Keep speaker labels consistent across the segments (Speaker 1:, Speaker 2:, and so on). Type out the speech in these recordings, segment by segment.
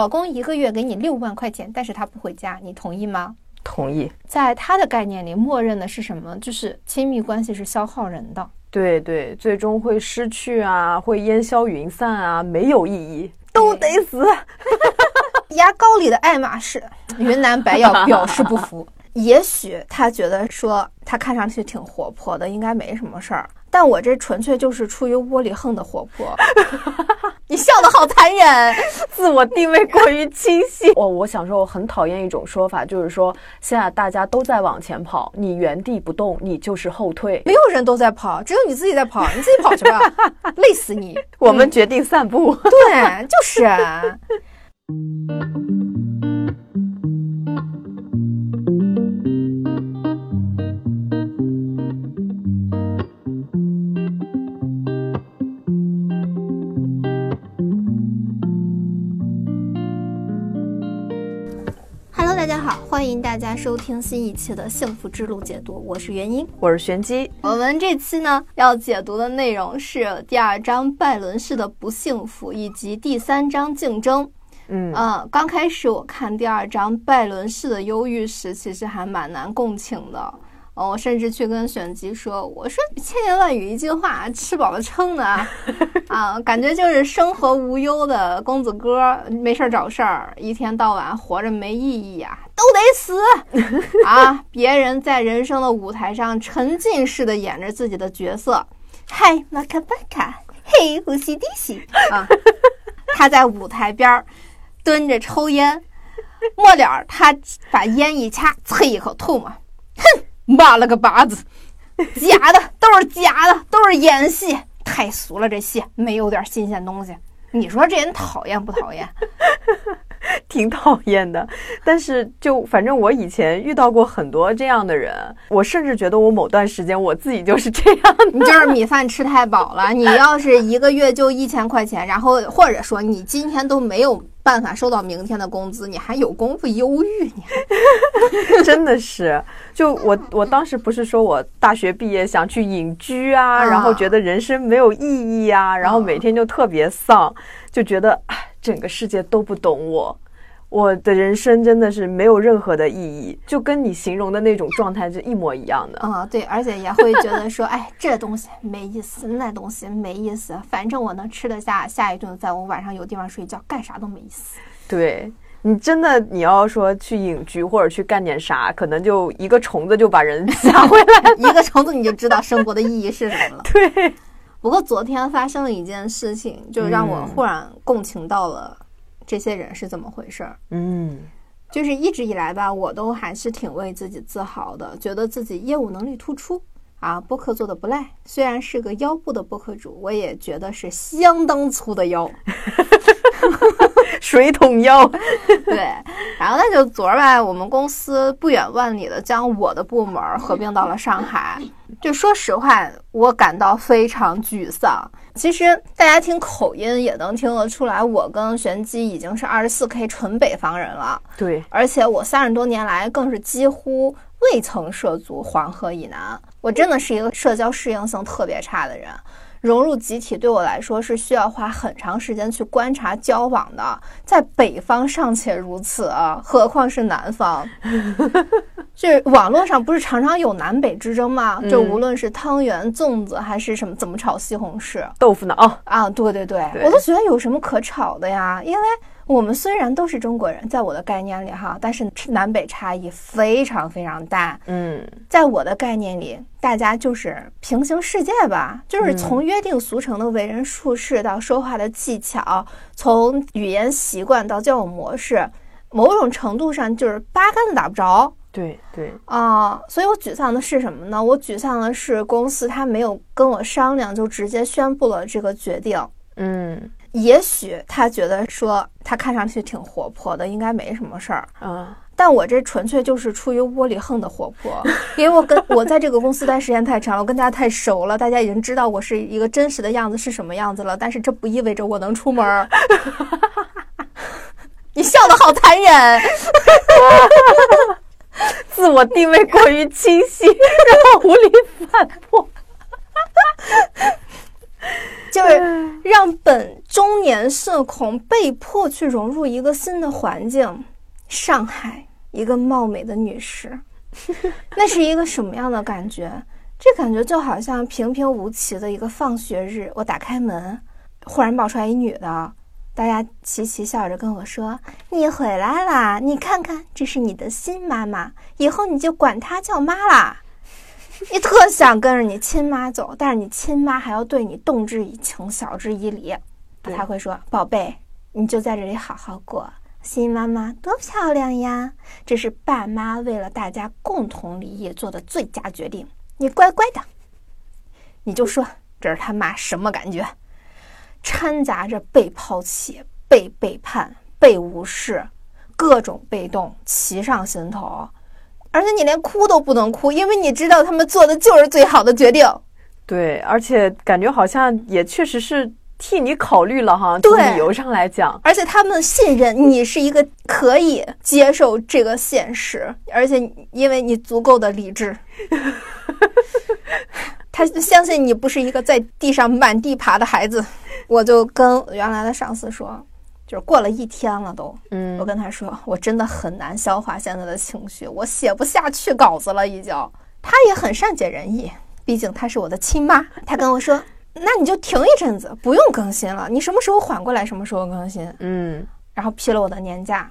Speaker 1: 老公一个月给你六万块钱，但是他不回家，你同意吗？
Speaker 2: 同意。
Speaker 1: 在他的概念里，默认的是什么？就是亲密关系是消耗人的。
Speaker 2: 对对，最终会失去啊，会烟消云散啊，没有意义，都得死。
Speaker 1: 牙膏里的爱马仕，云南白药表示不服。也许他觉得说他看上去挺活泼的，应该没什么事儿。但我这纯粹就是出于窝里横的活泼。 你笑的好残忍，
Speaker 2: 自我定位过于清晰。 我我小时候很讨厌一种说法，就是说现在大家都在往前跑，你原地不动，你就是后退。
Speaker 1: 没有人都在跑，只有你自己在跑，你自己跑去吧，累死你。
Speaker 2: 我们决定散步。
Speaker 1: 对，就是啊。Hello，大家好，欢迎大家收听新一期的《幸福之路解读》，我是元英。
Speaker 2: 我是玄机，
Speaker 1: 我们这期呢要解读的内容是第二章拜伦式的不幸福，以及第三章竞争。
Speaker 2: 嗯，
Speaker 1: 嗯，刚开始我看第二章拜伦式的忧郁时，其实还蛮难共情的。呃，我甚至去跟选集说：“我说千言万语一句话，吃饱了撑的啊，啊，感觉就是生活无忧的公子哥，没事儿找事儿，一天到晚活着没意义啊，都得死啊！别人在人生的舞台上沉浸式的演着自己的角色，嗨，马卡巴卡，嘿，呼吸滴吸啊，他在舞台边儿蹲着抽烟，末了儿他把烟一掐，啐一口吐沫，哼，妈了个巴子，假的都是假的，都是演戏，太俗了，这戏没有点新鲜东西。你说这人讨厌不讨厌？
Speaker 2: 挺讨厌的。但是就反正我以前遇到过很多这样的人，我甚至觉得我某段时间我自己就是这样的。
Speaker 1: 你就是米饭吃太饱了。你要是一个月就一千块钱，然后或者说你今天都没有办法收到明天的工资，你还有功夫忧郁？你还
Speaker 2: 真的是，就我我当时不是说我大学毕业想去隐居啊，
Speaker 1: 啊
Speaker 2: 然后觉得人生没有意义啊，然后每天就特别丧，就觉得哎，整个世界都不懂我，我的人生真的是没有任何的意义，就跟你形容的那种状态是一模一样的。
Speaker 1: 啊、对，而且也会觉得说， 哎，这东西没意思，那东西没意思，反正我能吃得下下一顿饭，我晚上有地方睡觉，干啥都没意思。
Speaker 2: 对。你真的你要说去隐居或者去干点啥，可能就一个虫子就把人 吓回来。
Speaker 1: 一个虫子你就知道生活的意义是什么了。
Speaker 2: 对，
Speaker 1: 不过昨天发生了一件事情，就让我
Speaker 2: 嗯
Speaker 1: 忽然共情到了这些人是怎么回事儿。
Speaker 2: 嗯
Speaker 1: 就是一直以来吧，我都还是挺为自己自豪的，觉得自己业务能力突出啊，播客做的不赖。虽然是个腰部的播客主，我也觉得是相当粗的腰。
Speaker 2: 水桶腰，
Speaker 1: 对，然后那就昨儿吧，我们公司不远万里的将我的部门合并到了上海。就说实话，我感到非常沮丧。其实大家听口音也能听得出来，我跟玄机已经是二十四 K 纯北方人了，
Speaker 2: 对，
Speaker 1: 而且我三十多年来更是几乎未曾涉足黄河以南。我真的是一个社交适应性特别差的人。融入集体对我来说是需要花很长时间去观察交往的，在北方尚且如此啊，何况是南 方？就是网络上不是常常有南北之争吗？就
Speaker 2: 嗯
Speaker 1: 无论是汤圆、粽子还是什么，怎么炒西红柿
Speaker 2: 豆腐脑。
Speaker 1: 啊？对对对，
Speaker 2: 对
Speaker 1: 我都觉得有什么可炒的呀？因为我们虽然都是中国人，在我的概念里哈，但是南北差异非常非常大。
Speaker 2: 嗯，
Speaker 1: 在我的概念里，大家就是平行世界吧，就是
Speaker 2: 嗯
Speaker 1: 从约定俗成的为人处事到说话的技巧，从语言习惯到交友模式，某种程度上就是八竿子打不着
Speaker 2: 对对，
Speaker 1: 啊、所以我沮丧的是什么呢？我沮丧的是公司他没有跟我商量就直接宣布了这个决定。
Speaker 2: 嗯
Speaker 1: 也许他觉得说他看上去挺活泼的，应该没什么事儿，
Speaker 2: 啊，
Speaker 1: 但我这纯粹就是出于窝里横的活泼， 因为我跟我在这个公司待时间太长了，我跟大家太熟了，大家已经知道我是一个真实的样子是什么样子了。但是这不意味着我能出门儿。 你笑的好残忍，
Speaker 2: 自我定位过于清 晰，然后无力反驳。
Speaker 1: 就是让本中年社恐被迫去融入一个新的环境，上海一个貌美的女士，那是一个什么样的感觉？这感觉就好像平平无奇的一个放学日，我打开门，忽然跑出来一女的，大家齐齐笑着跟我说：“你回来啦！你看看，这是你的新妈妈，以后你就管她叫妈啦。”你特想跟着你亲妈走，但是你亲妈还要对你动之以情，晓之以理，
Speaker 2: 对
Speaker 1: 她会说：“宝贝，你就在这里好好过。”新妈妈多漂亮呀！这是爸妈为了大家共同利益做的最佳决定。你乖乖的，你就说这是他妈什么感觉？掺杂着被抛弃、被背叛、被无视，各种被动齐上心头，而且你连哭都不能哭，因为你知道他们做的就是最好的决定。
Speaker 2: 对，而且感觉好像也确实是替你考虑了哈。
Speaker 1: 对
Speaker 2: 从理由上来讲，
Speaker 1: 而且他们信任你是一个可以接受这个现实，而且因为你足够的理智，他相信你不是一个在地上满地爬的孩子。我就跟原来的上司说，就是过了一天了都，我
Speaker 2: 嗯，
Speaker 1: 跟他说我真的很难消化现在的情绪，我写不下去稿子了已经。他也很善解人意，毕竟她是我的亲妈。他跟我说，那你就停一阵子，不用更新了，你什么时候缓过来什么时候更新。
Speaker 2: 嗯，
Speaker 1: 然后批了我的年假，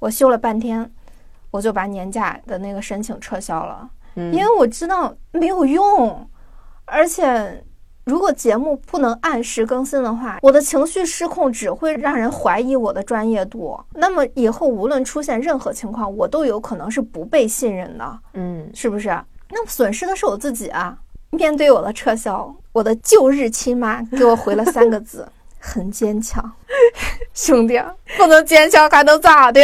Speaker 1: 我休了半天，我就把年假的那个申请撤销了，
Speaker 2: 嗯
Speaker 1: 因为我知道没有用，而且如果节目不能按时更新的话，我的情绪失控只会让人怀疑我的专业度。那么以后无论出现任何情况，我都有可能是不被信任的，
Speaker 2: 嗯，
Speaker 1: 是不是？啊那损失的是我自己啊！面对我的撤销，我的旧日亲妈给我回了三个字：很坚强。 兄弟，啊不能坚强还能咋的？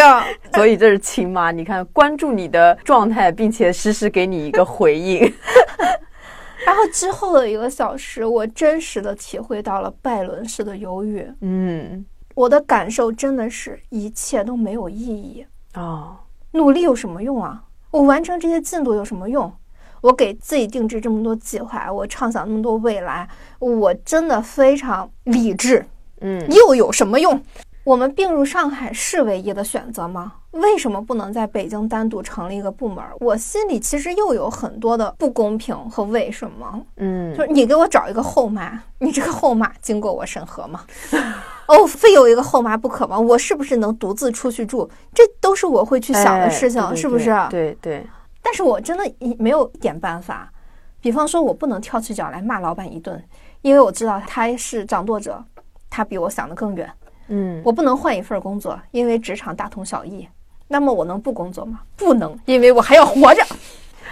Speaker 2: 所以这是亲妈，你看关注你的状态，并且实时给你一个回应。
Speaker 1: 然后之后的一个小时，我真实的体会到了拜伦式的忧郁。
Speaker 2: 嗯，
Speaker 1: 我的感受真的是一切都没有意义，
Speaker 2: 哦，
Speaker 1: 努力有什么用啊？我完成这些进度有什么用？我给自己定制这么多计划，我畅想那么多未来，我真的非常理智。
Speaker 2: 嗯，
Speaker 1: 又有什么用？我们并入上海是唯一的选择吗？为什么不能在北京单独成立一个部门？我心里其实又有很多的不公平和为什么。
Speaker 2: 嗯，
Speaker 1: 就是你给我找一个后妈，你这个后妈经过我审核 吗？哦，非有一个后妈不可吗？我是不是能独自出去住？这都是我会去想的
Speaker 2: 哎
Speaker 1: 事情，
Speaker 2: 对对
Speaker 1: 是不啊是？
Speaker 2: 对对，
Speaker 1: 但是我真的一没有一点办法。比方说，我不能跳起脚来骂老板一顿，因为我知道他是掌舵者，他比我想的更远。
Speaker 2: 嗯，
Speaker 1: 我不能换一份工作，因为职场大同小异。那么我能不工作吗？不能，因为我还要活着。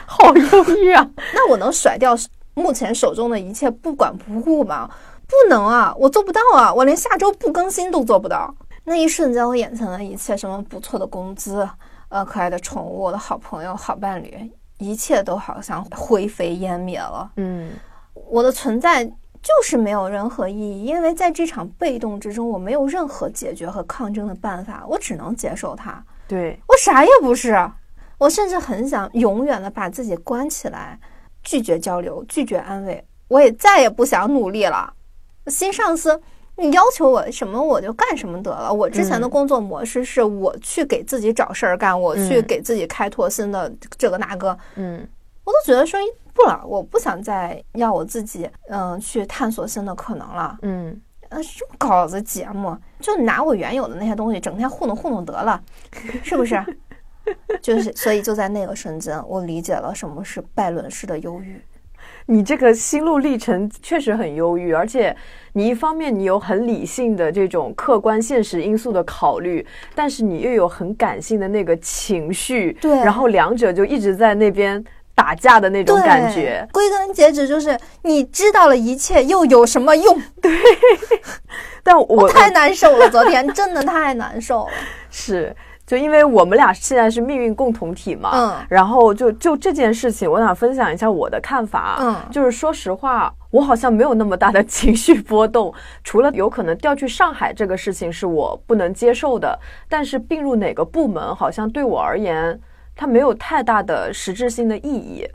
Speaker 2: 好忧郁啊。
Speaker 1: 那我能甩掉目前手中的一切不管不顾吗？不能啊，我做不到啊，我连下周不更新都做不到。那一瞬间，我眼前的一切，什么不错的工资，呃，可爱的宠物，我的好朋友、好伴侣，一切都好像灰飞烟灭了。
Speaker 2: 嗯
Speaker 1: 我的存在就是没有任何意义，因为在这场被动之中，我没有任何解决和抗争的办法，我只能接受它。，
Speaker 2: 对，
Speaker 1: 我啥也不是，我甚至很想永远的把自己关起来，拒绝交流，拒绝安慰，我也再也不想努力了。新上司，你要求我什么我就干什么得了。我之前的
Speaker 2: 嗯
Speaker 1: 工作模式是我去给自己找事儿干，我去
Speaker 2: 嗯
Speaker 1: 给自己开拓新的这个那个，
Speaker 2: 嗯
Speaker 1: 我都觉得说不了，我不想再要我自己，嗯、去探索新的可能了。
Speaker 2: 嗯，
Speaker 1: 呃，这么稿子节目，就拿我原有的那些东西，整天糊弄糊弄得了， 是不是？ 就是，所以就在那个瞬间，我理解了什么是拜伦式的忧郁。
Speaker 2: 你这个心路历程确实很忧郁，而且你一方面你有很理性的这种客观现实因素的考虑，但是你又有很感性的那个情绪，
Speaker 1: 对
Speaker 2: 然后两者就一直在那边打架的那种
Speaker 1: 对
Speaker 2: 感觉。
Speaker 1: 归根结底就是，你知道了一切又有什么用？
Speaker 2: 但我我
Speaker 1: 太难受了，昨 天真的太难受了。
Speaker 2: 是。就因为我们俩现在是命运共同体嘛，
Speaker 1: 嗯
Speaker 2: 然后就就这件事情，我想分享一下我的看法，啊
Speaker 1: 嗯
Speaker 2: 就是说实话，我好像没有那么大的情绪波动，除了有可能调去上海这个事情是我不能接受的，但是并入哪个 部门好像对我而言，它没有太大的实质性的意义，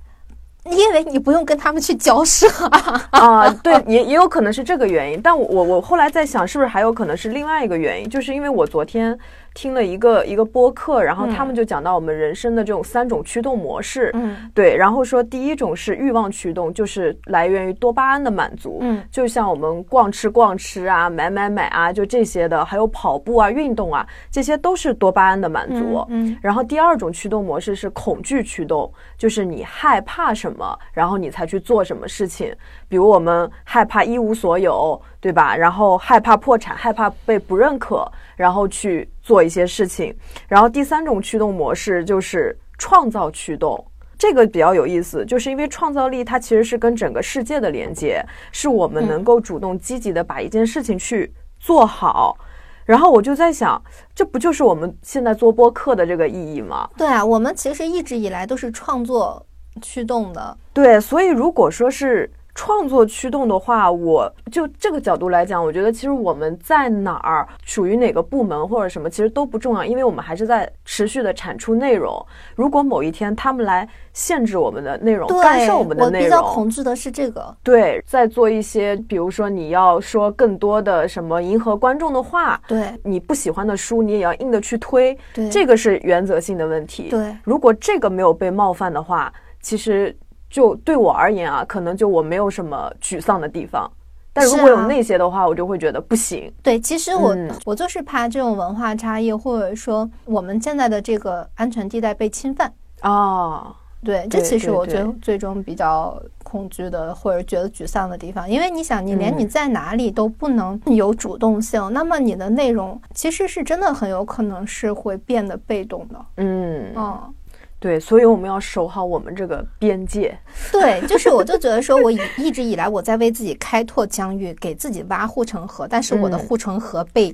Speaker 1: 嗯因为你不用跟他们去交涉啊。
Speaker 2: 啊，对，也也有可能是这个原因，但我我我后来在想，是不是还有可能是另外一个原因，就是因为我昨天听了一个一个播客，然后他们就讲到我们人生的这种三种驱动模式，
Speaker 1: 嗯
Speaker 2: 对，然后说第一种是欲望驱动，就是来源于多巴胺的满足，
Speaker 1: 嗯，
Speaker 2: 就像我们逛吃逛吃啊，买买买啊，就这些的，还有跑步啊、运动啊，这些都是多巴胺的满足。
Speaker 1: 嗯
Speaker 2: 然后第二种驱动模式是恐惧驱动，就是你害怕什么，然后你才去做什么事情。比如我们害怕一无所有，对吧？然后害怕破产，害怕被不认可，然后去做一些事情。然后第三种驱动模式就是创造驱动。这个比较有意思，就是因为创造力它其实是跟整个世界的连接，是我们能够主动积极的把一件事情去做好。然后我就在想，这不就是我们现在做播客的这个意义吗？
Speaker 1: 对啊，我们其实一直以来都是创作驱动的。
Speaker 2: 对，所以如果说是创作驱动的话，我就这个角度来讲，我觉得其实我们在哪儿属于哪个部门或者什么，其实都不重要，因为我们还是在持续的产出内容。如果某一天他们来限制我们的内容，
Speaker 1: 对，
Speaker 2: 干涉我们的内
Speaker 1: 比
Speaker 2: 容，
Speaker 1: 较恐惧的是这个。
Speaker 2: 对，在做一些，比如说你要说更多的什么迎合观众的话，
Speaker 1: 对
Speaker 2: 你不喜欢的书，你也要硬的去推，
Speaker 1: 对，
Speaker 2: 这个是原则性的问题。
Speaker 1: 对
Speaker 2: 如果这个没有被冒犯的话，其实就对我而言啊，可能就我没有什么沮丧的地方。但如
Speaker 1: 是
Speaker 2: 果有
Speaker 1: 啊
Speaker 2: 那些的话，我就会觉得不行。
Speaker 1: 对，其实我、
Speaker 2: 嗯
Speaker 1: 我就是怕这种文化差异，或者说我们现在的这个安全地带被侵犯。
Speaker 2: 哦，
Speaker 1: 对，这
Speaker 2: 对
Speaker 1: 其实
Speaker 2: 对
Speaker 1: 我最
Speaker 2: 对
Speaker 1: 最终比较恐惧的，或者觉得沮丧的地方，因为你想，你连
Speaker 2: 嗯
Speaker 1: 你在哪里都不能有主动性，那么你的内容其实是真的很有可能是会变得被动的。
Speaker 2: 嗯，
Speaker 1: 嗯，
Speaker 2: 对，所以我们要守好我们这个边界。
Speaker 1: 对，就是我就觉得说，我以一直以来我在为自己开拓疆域，给自己挖护城河，但是我的
Speaker 2: 嗯
Speaker 1: 护城河被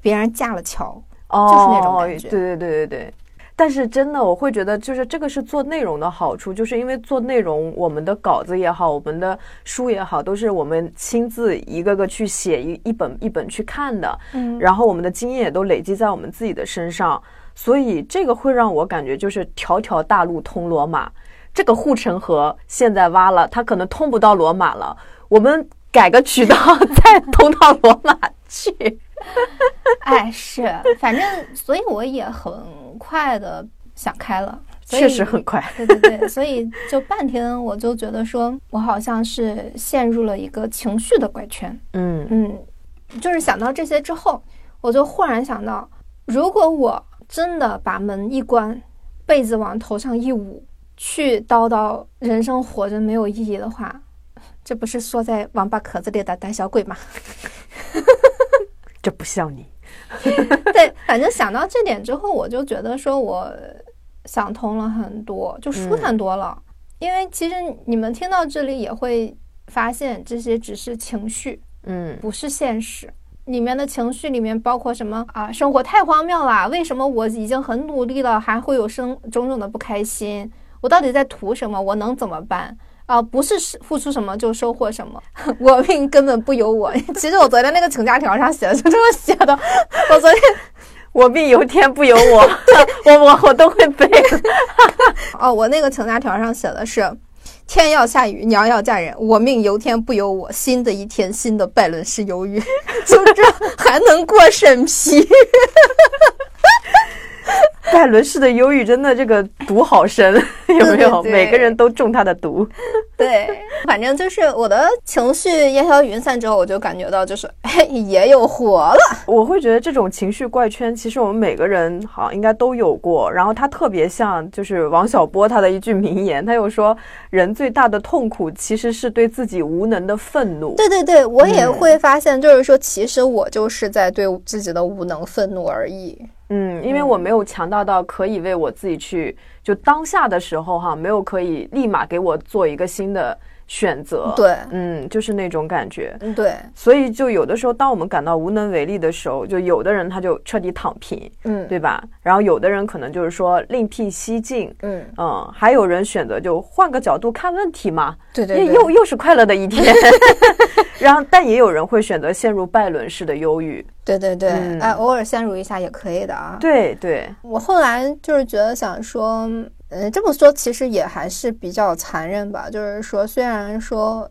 Speaker 1: 别人架了桥。
Speaker 2: 哦，
Speaker 1: 是那种感觉
Speaker 2: 对对对对对。但是真的，我会觉得就是这个是做内容的好处，就是因为做内容，我们的稿子也好，我们的书也好，都是我们亲自一个个去写一一本一本去看的。
Speaker 1: 嗯
Speaker 2: 然后我们的经验也都累积在我们自己的身上，所以这个会让我感觉就是条条大路通罗马。这个护城河现在挖了，它可能通不到罗马了，我们改个渠道 再通到罗马去。
Speaker 1: 哎，是，反正，所以我也很快的想开了，所以
Speaker 2: 确实很快，
Speaker 1: 对对对，所以就半天我就觉得说，我好像是陷入了一个情绪的怪圈。
Speaker 2: 嗯
Speaker 1: 嗯，就是想到这些之后，我就忽然想到，如果我真的把门一关，被子往头上一捂，去叨叨人生活着没有意义的话，这不是缩在王八壳子里的胆小鬼吗？
Speaker 2: 这不像你。
Speaker 1: 对，反正想到这点之后，我就觉得说我想通了很多，就舒坦多了。因为其实你们听到这里也会发现，这些只是情绪，
Speaker 2: 嗯
Speaker 1: 不是现实。里面的情绪里面包括什么啊？生活太荒谬啦！为什么我已经很努力了，还会有生种种的不开心？我到底在图什么？我能怎么办？啊，不是是付出什么就收获什么， 我命根本不由我。 其实我昨天那个请假条上写的就这么写的， 我昨天
Speaker 2: 我命由天不 由我，我我我都会背。
Speaker 1: 哦，我那个请假条上写的是：天要下雨，娘要嫁人，我命由天不由我。新的一天，新的拜伦式鱿鱼， 就这 还能过审批？
Speaker 2: 拜伦式的忧郁真的这个毒好深，有没
Speaker 1: 对对
Speaker 2: 有？
Speaker 1: 对
Speaker 2: 每个人都中他的毒。
Speaker 1: 对，反正就是我的情绪烟消云散之后，我就感觉到就是， 嘿，也有活了。
Speaker 2: 我会觉得这种情绪怪圈，其实我们每个人好像应该都有过。然后它特别像，就是王小波他的一句名言，他又说：“人最大的痛苦其实是对自己无能的愤怒。
Speaker 1: 对对对，我也会发现，就是说，其实我就是在对自己的无能愤怒而已。”
Speaker 2: 嗯，因为我没有强大到可以为我自己去，就当下的时候哈，没有可以立马给我做一个新的选择。，
Speaker 1: 对，
Speaker 2: 嗯，就是那种感觉。
Speaker 1: 嗯对，
Speaker 2: 所以就有的时候，当我们感到无能为力的时候，就有的人他就彻底躺平，
Speaker 1: 嗯
Speaker 2: 对吧？然后有的人可能就是说另辟蹊径。
Speaker 1: 嗯，
Speaker 2: 嗯，还有人选择就换个角度看问题嘛，
Speaker 1: 对对
Speaker 2: 也
Speaker 1: 对，
Speaker 2: 又又是快乐的一天。 然后，但也有人会选择陷入拜伦式的忧郁。
Speaker 1: 对对对，
Speaker 2: 嗯
Speaker 1: 哎，偶尔陷入一下也可以的啊。
Speaker 2: 对对，
Speaker 1: 我后来就是觉得想说，嗯、呃，这么说其实也还是比较残忍吧。就是说，虽然说，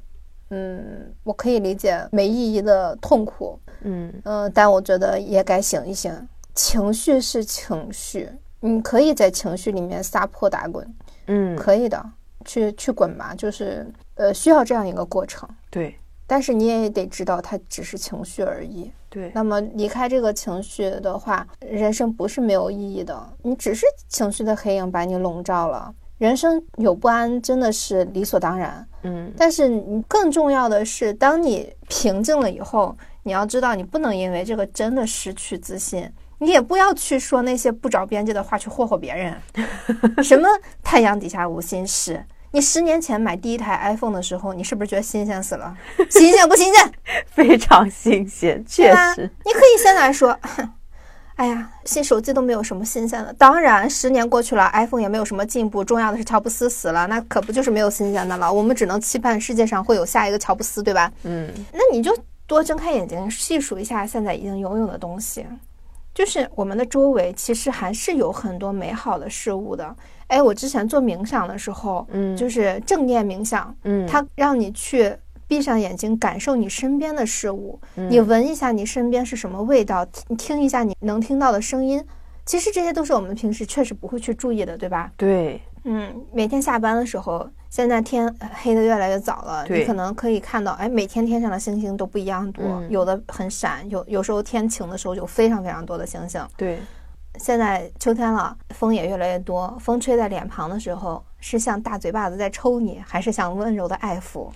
Speaker 1: 嗯，我可以理解没意义的痛苦，
Speaker 2: 嗯
Speaker 1: 嗯、但我觉得也该醒一醒。情绪是情绪，你可以在情绪里面撒泼打滚，
Speaker 2: 嗯，
Speaker 1: 可以的，去去滚吧。就是呃，需要这样一个过程，
Speaker 2: 对
Speaker 1: 但是你也得知道，它只是情绪而已。
Speaker 2: 对，
Speaker 1: 那么离开这个情绪的话，人生不是没有意义的，你只是情绪的黑影把你笼罩了。人生有不安真的是理所当然，
Speaker 2: 嗯
Speaker 1: 但是你更重要的是，当你平静了以后，你要知道，你不能因为这个真的失去自信，你也不要去说那些不着边际的话去霍霍别人。啊什么太阳底下无新事？你十年前买第一台 iPhone 的时候，你是不是觉得新鲜死了？新鲜不新鲜？
Speaker 2: 非常新鲜，确
Speaker 1: 吧
Speaker 2: 实，
Speaker 1: 你可以先来说， 哎呀，新手机都没有什么新鲜的。当然，十年过去了，iPhone 也没有什么进步。重要的是乔布斯死了，那可不就是没有新鲜的了？我们只能期盼世界上会有下一个乔布斯，对吧？
Speaker 2: 嗯
Speaker 1: 那你就多睁开眼睛细数一下现在已经拥有的东西，就是我们的周围其实还是有很多美好的事物的。哎，我之前做冥想的时候，
Speaker 2: 嗯
Speaker 1: 就是正念冥想，
Speaker 2: 嗯，
Speaker 1: 它让你去闭上眼睛，感受你身边的事物，
Speaker 2: 嗯
Speaker 1: 你闻一下你身边是什么味道，你听一下你能听到的声音。其实这些都是我们平时确实不会去注意的，对吧？
Speaker 2: 对
Speaker 1: 嗯，每天下班的时候，现在天呃黑的越来越早了，
Speaker 2: 对
Speaker 1: 你可能可以看到，哎，每天天上的星星都不一样多，
Speaker 2: 嗯
Speaker 1: 有的很闪，有有时候天晴的时候有非常非常多的星星。
Speaker 2: 对，
Speaker 1: 现在秋天了，风也越来越多，风吹在脸庞的时候，是像大嘴巴子在抽你，还是像温柔的爱抚？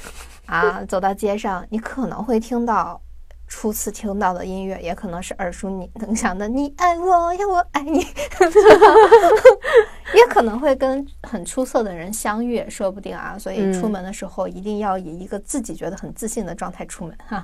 Speaker 1: 啊，走到街上，你可能会听到初次听到的音乐，也可能是耳熟你能详的“你爱我呀，我爱你”， 也可能会跟很出色的人相遇，说不定啊。所以出门的时候一定要以一个自己觉得很自信的状态出门哈、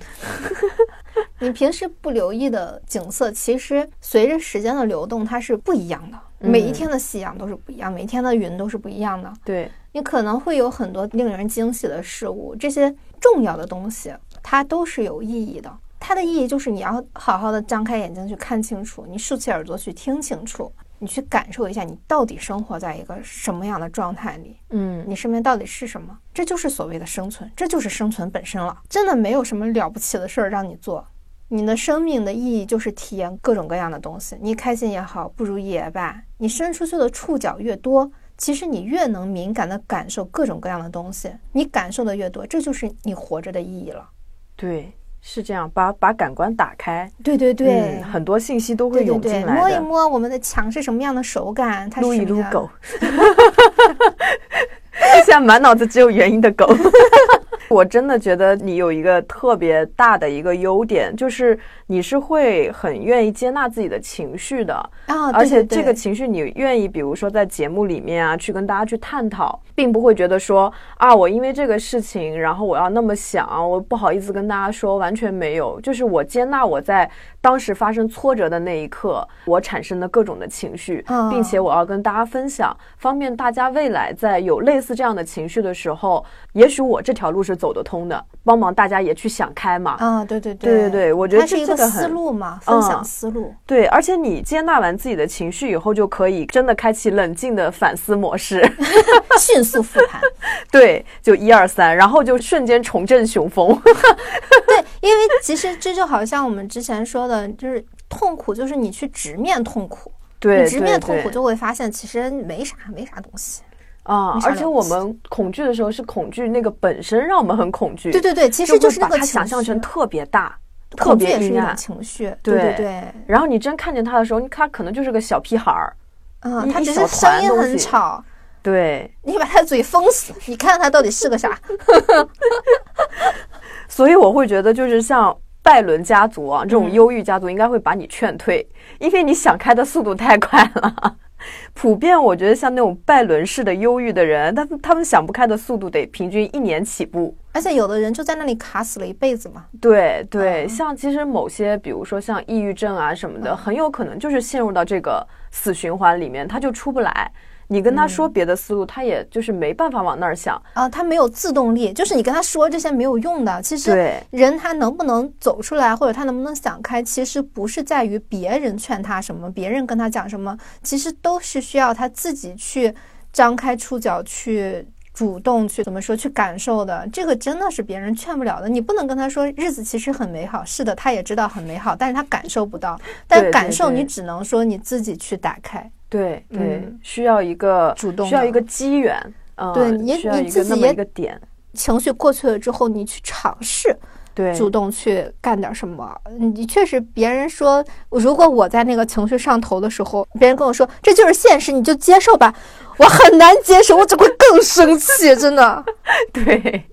Speaker 1: 你平时不留意的景色，其实随着时间的流动，它是不一样的。
Speaker 2: 嗯
Speaker 1: 每一天的夕阳都是不一样，每一天的云都是不一样的。
Speaker 2: 对，
Speaker 1: 你可能会有很多令人惊喜的事物，这些重要的东西，它都是有意义的。它的意义就是你要好好的张开眼睛去看清楚，你竖起耳朵去听清楚，你去感受一下你到底生活在一个什么样的状态里，
Speaker 2: 嗯
Speaker 1: 你身边到底是什么，这就是所谓的生存，这就是生存本身了。真的没有什么了不起的事儿让你做。你的生命的意义就是体验各种各样的东西，你开心也好，不如意也罢，你伸出去的触角越多，其实你越能敏感地感受各种各样的东西。你感受的越多，这就是你活着的意义了。
Speaker 2: 对，是这样，把把感官打开，
Speaker 1: 对对
Speaker 2: 嗯很多信息都会
Speaker 1: 对对
Speaker 2: 涌进
Speaker 1: 对，
Speaker 2: 来
Speaker 1: 摸一
Speaker 2: 的，
Speaker 1: 摸我们的墙是什么样的手感，它是
Speaker 2: 撸一
Speaker 1: 什么
Speaker 2: 撸
Speaker 1: 样
Speaker 2: 狗， 现在满脑子只有原因的狗。 我真的觉得你有一个特别大的一个优点，就是你是会很愿意接纳自己的情绪的，
Speaker 1: 啊，
Speaker 2: 而且
Speaker 1: 对对
Speaker 2: 这个
Speaker 1: 对
Speaker 2: 情绪你愿意，比如说在节目里面啊，去跟大家去探讨，并不会觉得说啊，我因为这个事情，然后我要那么想，我不好意思跟大家说，完全没有，就是我接纳我在当时发生挫折的那一刻，我产生的各种的情绪，
Speaker 1: 嗯
Speaker 2: 并且我要跟大家分享，方便大家未来在有类似这样的情绪的时候，也许我这条路是走得通的，帮忙大家也去想开嘛。
Speaker 1: 啊，对对
Speaker 2: 对对对，我觉得
Speaker 1: 它是
Speaker 2: 这
Speaker 1: 一个
Speaker 2: 这个
Speaker 1: 思
Speaker 2: 很
Speaker 1: 路嘛，分享
Speaker 2: 嗯
Speaker 1: 思路。
Speaker 2: 对，而且你接纳完自己的情绪以后，就可以真的开启冷静的反思模式。
Speaker 1: 迅速复盘。
Speaker 2: 对，就一二三，然后就瞬间重振 雄风。
Speaker 1: 对，因为其实这就好像我们之前说的，就是痛苦，就是你去直面痛苦，
Speaker 2: 对，
Speaker 1: 你直面
Speaker 2: 对
Speaker 1: 痛苦
Speaker 2: 对
Speaker 1: 就会发现其实没啥，没啥东西。
Speaker 2: 啊
Speaker 1: 没！啥
Speaker 2: 而
Speaker 1: 了
Speaker 2: 且
Speaker 1: 不
Speaker 2: 我
Speaker 1: 起
Speaker 2: 们恐惧的时候是恐惧那个本身让我们很恐惧，
Speaker 1: 对，对对，其实就是
Speaker 2: 把
Speaker 1: 那个
Speaker 2: 它想象
Speaker 1: 情绪
Speaker 2: 成特别大，特
Speaker 1: 恐惧
Speaker 2: 别
Speaker 1: 也是一
Speaker 2: 阴
Speaker 1: 种
Speaker 2: 暗。
Speaker 1: 情绪。
Speaker 2: 对
Speaker 1: 对对，
Speaker 2: 然后你真看见它的时候，你看它可能就是个小屁孩儿。
Speaker 1: 嗯，
Speaker 2: 一
Speaker 1: 它
Speaker 2: 一
Speaker 1: 只
Speaker 2: 小
Speaker 1: 是声
Speaker 2: 团
Speaker 1: 音
Speaker 2: 东
Speaker 1: 很
Speaker 2: 西
Speaker 1: 吵，
Speaker 2: 对，
Speaker 1: 你把它嘴封死，你看它到底是个啥？
Speaker 2: 所以我会觉得就是像。拜伦家族啊，这种
Speaker 1: 嗯
Speaker 2: 忧郁家族应该会把你劝退，因为你想开的速度太快了。 普遍我觉得像那种拜伦式的忧郁的人，他们他们想不开的速度得平均一年起步。
Speaker 1: 而且有的人就在那里卡死了一辈子嘛。
Speaker 2: 对对，
Speaker 1: 嗯
Speaker 2: 像其实某些，比如说像嗯抑郁症啊什么的，很有可能就是陷入到这个死循环里面，他就出不来。你跟他说别的思路，他也就是没办法往那儿想。
Speaker 1: 啊，他没有自动力，就是你跟他说这些没有用的。其实
Speaker 2: 对
Speaker 1: 人他能不能走出来，或者他能不能想开，其实不是在于别人劝他什么，别人跟他讲什么，其实都是需要他自己去张开触角去。主动去怎么说去感受的，这个真的是别人劝不了的。你不能跟他说日子其实很美好，是的，他也知道很美好，但是他感受不到。但
Speaker 2: 对
Speaker 1: 感受
Speaker 2: 对
Speaker 1: 你只能说你自己去打开。
Speaker 2: 对对
Speaker 1: 嗯，
Speaker 2: 需要一个
Speaker 1: 主动的
Speaker 2: 需要一个机缘，嗯
Speaker 1: 对你也
Speaker 2: 需要
Speaker 1: 你
Speaker 2: 一
Speaker 1: 自
Speaker 2: 个
Speaker 1: 己
Speaker 2: 那么
Speaker 1: 也
Speaker 2: 一个点，
Speaker 1: 情绪过去了之后，你去尝试，
Speaker 2: 对，
Speaker 1: 主动去干点什么。你确实，别人说，如果我在那个情绪上头的时候，别人跟我说这就是现实，你就接受吧，我很难接受，我只会更生 气，真的。
Speaker 2: 对，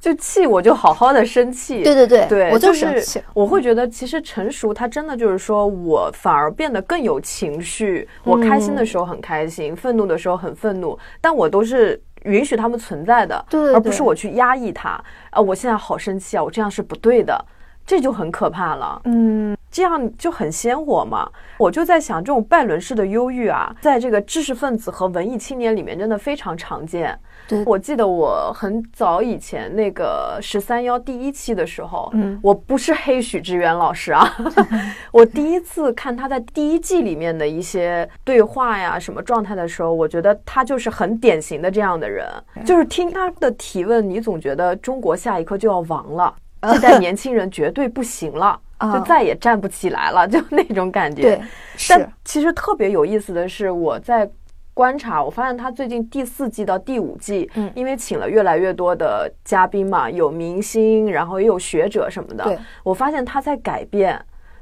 Speaker 2: 就气我就好好的生气，
Speaker 1: 对对对，
Speaker 2: 对，
Speaker 1: 我就生
Speaker 2: 是
Speaker 1: 气。
Speaker 2: 我会觉得，其实成熟，它真的就是说我反而变得更有情绪。
Speaker 1: 嗯
Speaker 2: 我开心的时候很开心，愤怒的时候很愤怒，但我都是允许他们存在的，
Speaker 1: 对对
Speaker 2: 而不是
Speaker 1: 对
Speaker 2: 我去压抑它。啊，我现在好生气啊，我这样是不对的，这就很可怕了。
Speaker 1: 嗯，
Speaker 2: 这样就很鲜活嘛。我就在想，这种拜伦式的忧郁啊，在这个知识分子和文艺青年里面，真的非常常见。
Speaker 1: 对
Speaker 2: 我记得我很早以前那个十三幺第一期的时候，
Speaker 1: 嗯
Speaker 2: 我不是黑许志远老师啊，我第一次看他在第一季里面的一些对话呀、什么状态的时候，我觉得他就是很典型的这样的人，就是听他的提问，你总觉得中国下一刻就要亡了。这代年轻人绝对不行了，
Speaker 1: 啊
Speaker 2: 就再也站不起来了，就那种感觉。
Speaker 1: 对，是
Speaker 2: 但，其实特别有意思的是，我在观察，我发现他最近第四季到第五季，
Speaker 1: 嗯
Speaker 2: 因为请了越来越多的嘉宾嘛，有明星，然后也有学者什么
Speaker 1: 对
Speaker 2: 的，我发现他在改变，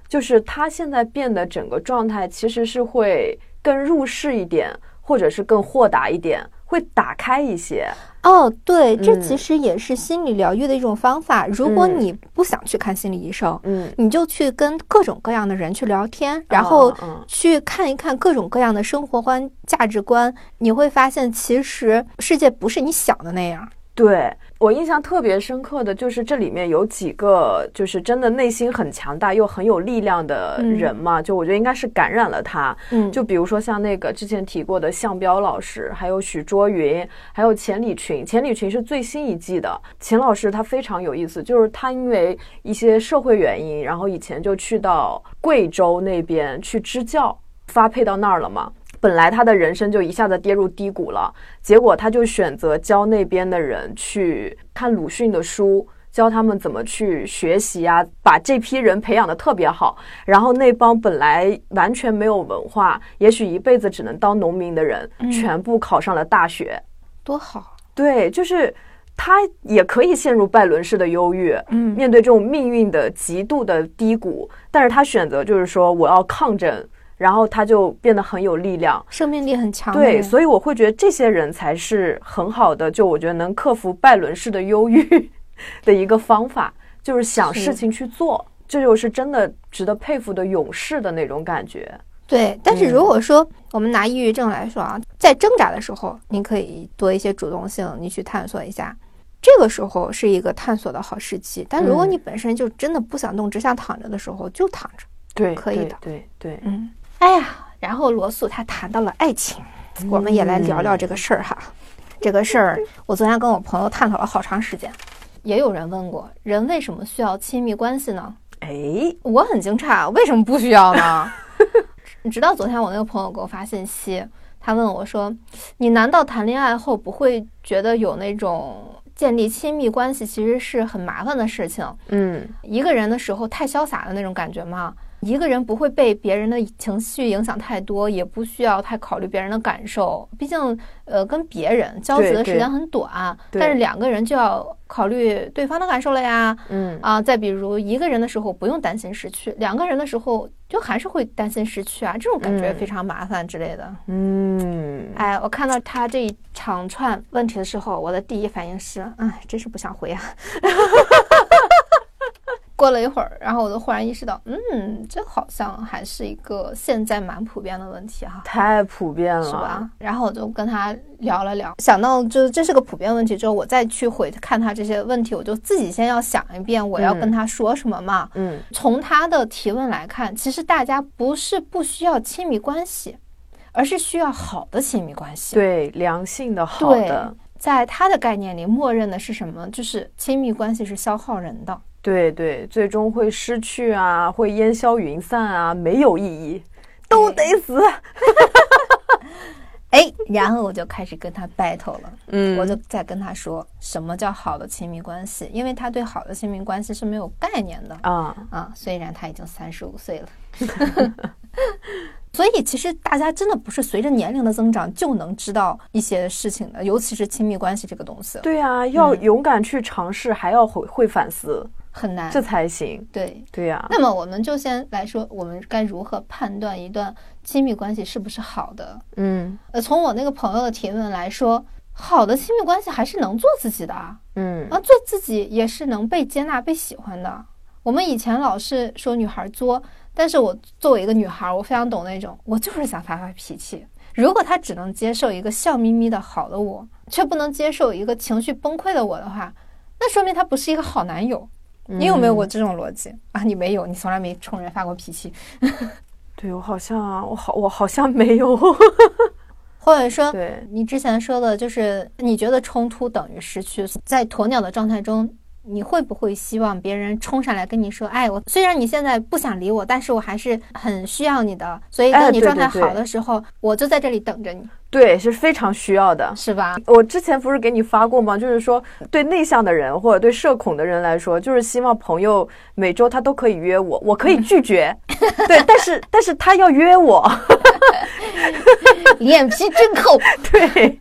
Speaker 2: 就是他现在变得整个状态其实是会更入世一点，或者是更豁达一点，会打开一些。
Speaker 1: 哦，对，这
Speaker 2: 嗯
Speaker 1: 其实也是心理疗愈的一种方法。如果
Speaker 2: 嗯
Speaker 1: 你不想去看心理医生，
Speaker 2: 嗯，
Speaker 1: 你就去跟各种各样的人去聊天，然后
Speaker 2: 嗯嗯
Speaker 1: 去看一看各种各样的生活观、价值观，你会发现其实世界不是你想的那样。
Speaker 2: 对我印象特别深刻的就是这里面有几个就是真的内心很强大又很有力量的人嘛，就我觉得应该是感染了他。
Speaker 1: 嗯
Speaker 2: 就比如说像那个之前提过的向彪老师，还有许卓云，还有钱理群。钱理群是最新一季的。钱老师他非常有意思，就是他因为一些社会原因，然后以前就去到贵州那边去支教，发配到那儿了嘛。本来他的人生就一下子跌入低谷了，结果他就选择教那边的人去看鲁迅的书，教他们怎么去学习啊，把这批人培养的特别好。然后那帮本来完全没有文化，也许一辈子只能当农民的人，全部考上了大学。
Speaker 1: 多好，
Speaker 2: 对，就是他也可以陷入拜伦式的忧郁，
Speaker 1: 嗯
Speaker 2: 面对这种命运的极度的低谷，但是他选择就是说我要抗争，然后他就变得很有力量。
Speaker 1: 生命力很强的
Speaker 2: 对，
Speaker 1: 人。
Speaker 2: 所以我会觉得这些人才是很好的，就我觉得能克服拜伦式的忧郁 的一个方法，就是想
Speaker 1: 是
Speaker 2: 事情去做，这就是真的值得佩服的勇士的那种感觉。
Speaker 1: 对，但是如果说我们拿抑郁症来说啊，在挣扎的时候，你可以多一些主动性，你去探索一下。这个时候是一个探索的好时机，但如果
Speaker 2: 嗯
Speaker 1: 你本身就真的不想动，只想躺着的时候，就躺着。
Speaker 2: 对，
Speaker 1: 可以的
Speaker 2: 对对对
Speaker 1: 嗯，哎呀，然后罗素他谈到了爱情，我们也来聊
Speaker 2: 嗯
Speaker 1: 聊这个事儿哈。这个事儿，我昨天跟我朋友探讨了好长时间。也有人问过，人为什么需要亲密关系呢？
Speaker 2: 哎，
Speaker 1: 我很惊诧，啊为什么不需要呢？ 直到昨天，我那个朋友给我发信息，他问我说：“你难道谈恋爱后不会觉得有那种建立亲密关系其实是很麻烦的事情？
Speaker 2: 嗯，
Speaker 1: 一个人的时候太潇洒的那种感觉吗？一个人不会被别人的情绪影响太多，也不需要太考虑别人的感受。毕竟，呃，跟别人交集
Speaker 2: 对
Speaker 1: 的时
Speaker 2: 对
Speaker 1: 间很短，
Speaker 2: 对
Speaker 1: 但是两个人就要考虑对方的感受了呀。
Speaker 2: 嗯，
Speaker 1: 啊，再比如一个人的时候不用担心失去，两个人的时候就还是会担心失去啊，这种感觉
Speaker 2: 嗯
Speaker 1: 非常麻烦之类的。
Speaker 2: 嗯，
Speaker 1: 哎，我看到他这一长串问题的时候，我的第一反应是，哎，真是不想回啊。 过了一会儿，然后我就忽然意识到，嗯，这好像还是一个现在蛮普遍的问题哈、
Speaker 2: 太普遍了，
Speaker 1: 是吧？然后我就跟他聊了聊，想到就是这是个普遍问题之后，我再去回看他这些问题，我就自己先要想一遍我要跟他说什么嘛。
Speaker 2: 嗯
Speaker 1: 从他的提问来看，其实大家不是不需要亲密关系，而是需要好的亲密关系。
Speaker 2: 对，良性的、好的，
Speaker 1: 在他的概念里，默认的是什么？就是亲密关系是消耗人的。
Speaker 2: 对对，最终会失去啊，会烟消云散啊，没有意义，都得死。
Speaker 1: 哎，然后我就开始跟他 battle 了，
Speaker 2: 嗯
Speaker 1: 我就在跟他说什么叫好的亲密关系，因为他对好的亲密关系是没有概念的
Speaker 2: 啊，
Speaker 1: 啊。虽然他已经三十五岁 了，所以其实大家真的不是随着年龄的增长就能知道一些事情的，尤其是亲密关系这个东西
Speaker 2: 对啊，要勇敢去尝试，还要会会反思，
Speaker 1: 很难
Speaker 2: 这。才行。
Speaker 1: 对，
Speaker 2: 对呀、
Speaker 1: 嗯那么我们就先来说，我们该如何判断一段亲密关系是不是好的？
Speaker 2: 嗯
Speaker 1: 呃，从我那个朋友的提问来说，好的亲密关系还是能做自己的啊。
Speaker 2: 嗯
Speaker 1: 啊，做自己也是能被接纳、被喜欢的。我们以前老是说女孩作，但是我作为一个女孩，我非常懂那种，我就是想发发脾气。如果她只能接受一个笑眯眯的好的我，却不能接受一个情绪崩溃的我的话，那说明她不是一个好男友。你有没
Speaker 2: 嗯
Speaker 1: 有过这种逻辑、啊？你没有，你从来没冲人发过脾气，
Speaker 2: 对我好像啊，我好，我好像没有。
Speaker 1: 或者说
Speaker 2: 对，
Speaker 1: 你之前说的就是你觉得冲突等于失去，在鸵鸟的状态中，你会不会希望别人冲上来跟你说：“哎，我虽然你现在不想理我，但是我还是很需要你的。”所以
Speaker 2: 哎
Speaker 1: 当你
Speaker 2: 对
Speaker 1: 状态
Speaker 2: 对对
Speaker 1: 好的时候，我就在这里等着你，
Speaker 2: 对，是非常需要的。
Speaker 1: 是吧？
Speaker 2: 我之前不是给你发过吗？就是说，对内向的人或者对社恐的人来说，就是希望朋友每周他都可以约我，我可以 拒绝，对，但是但是他要约我，
Speaker 1: 脸皮真厚。
Speaker 2: 对，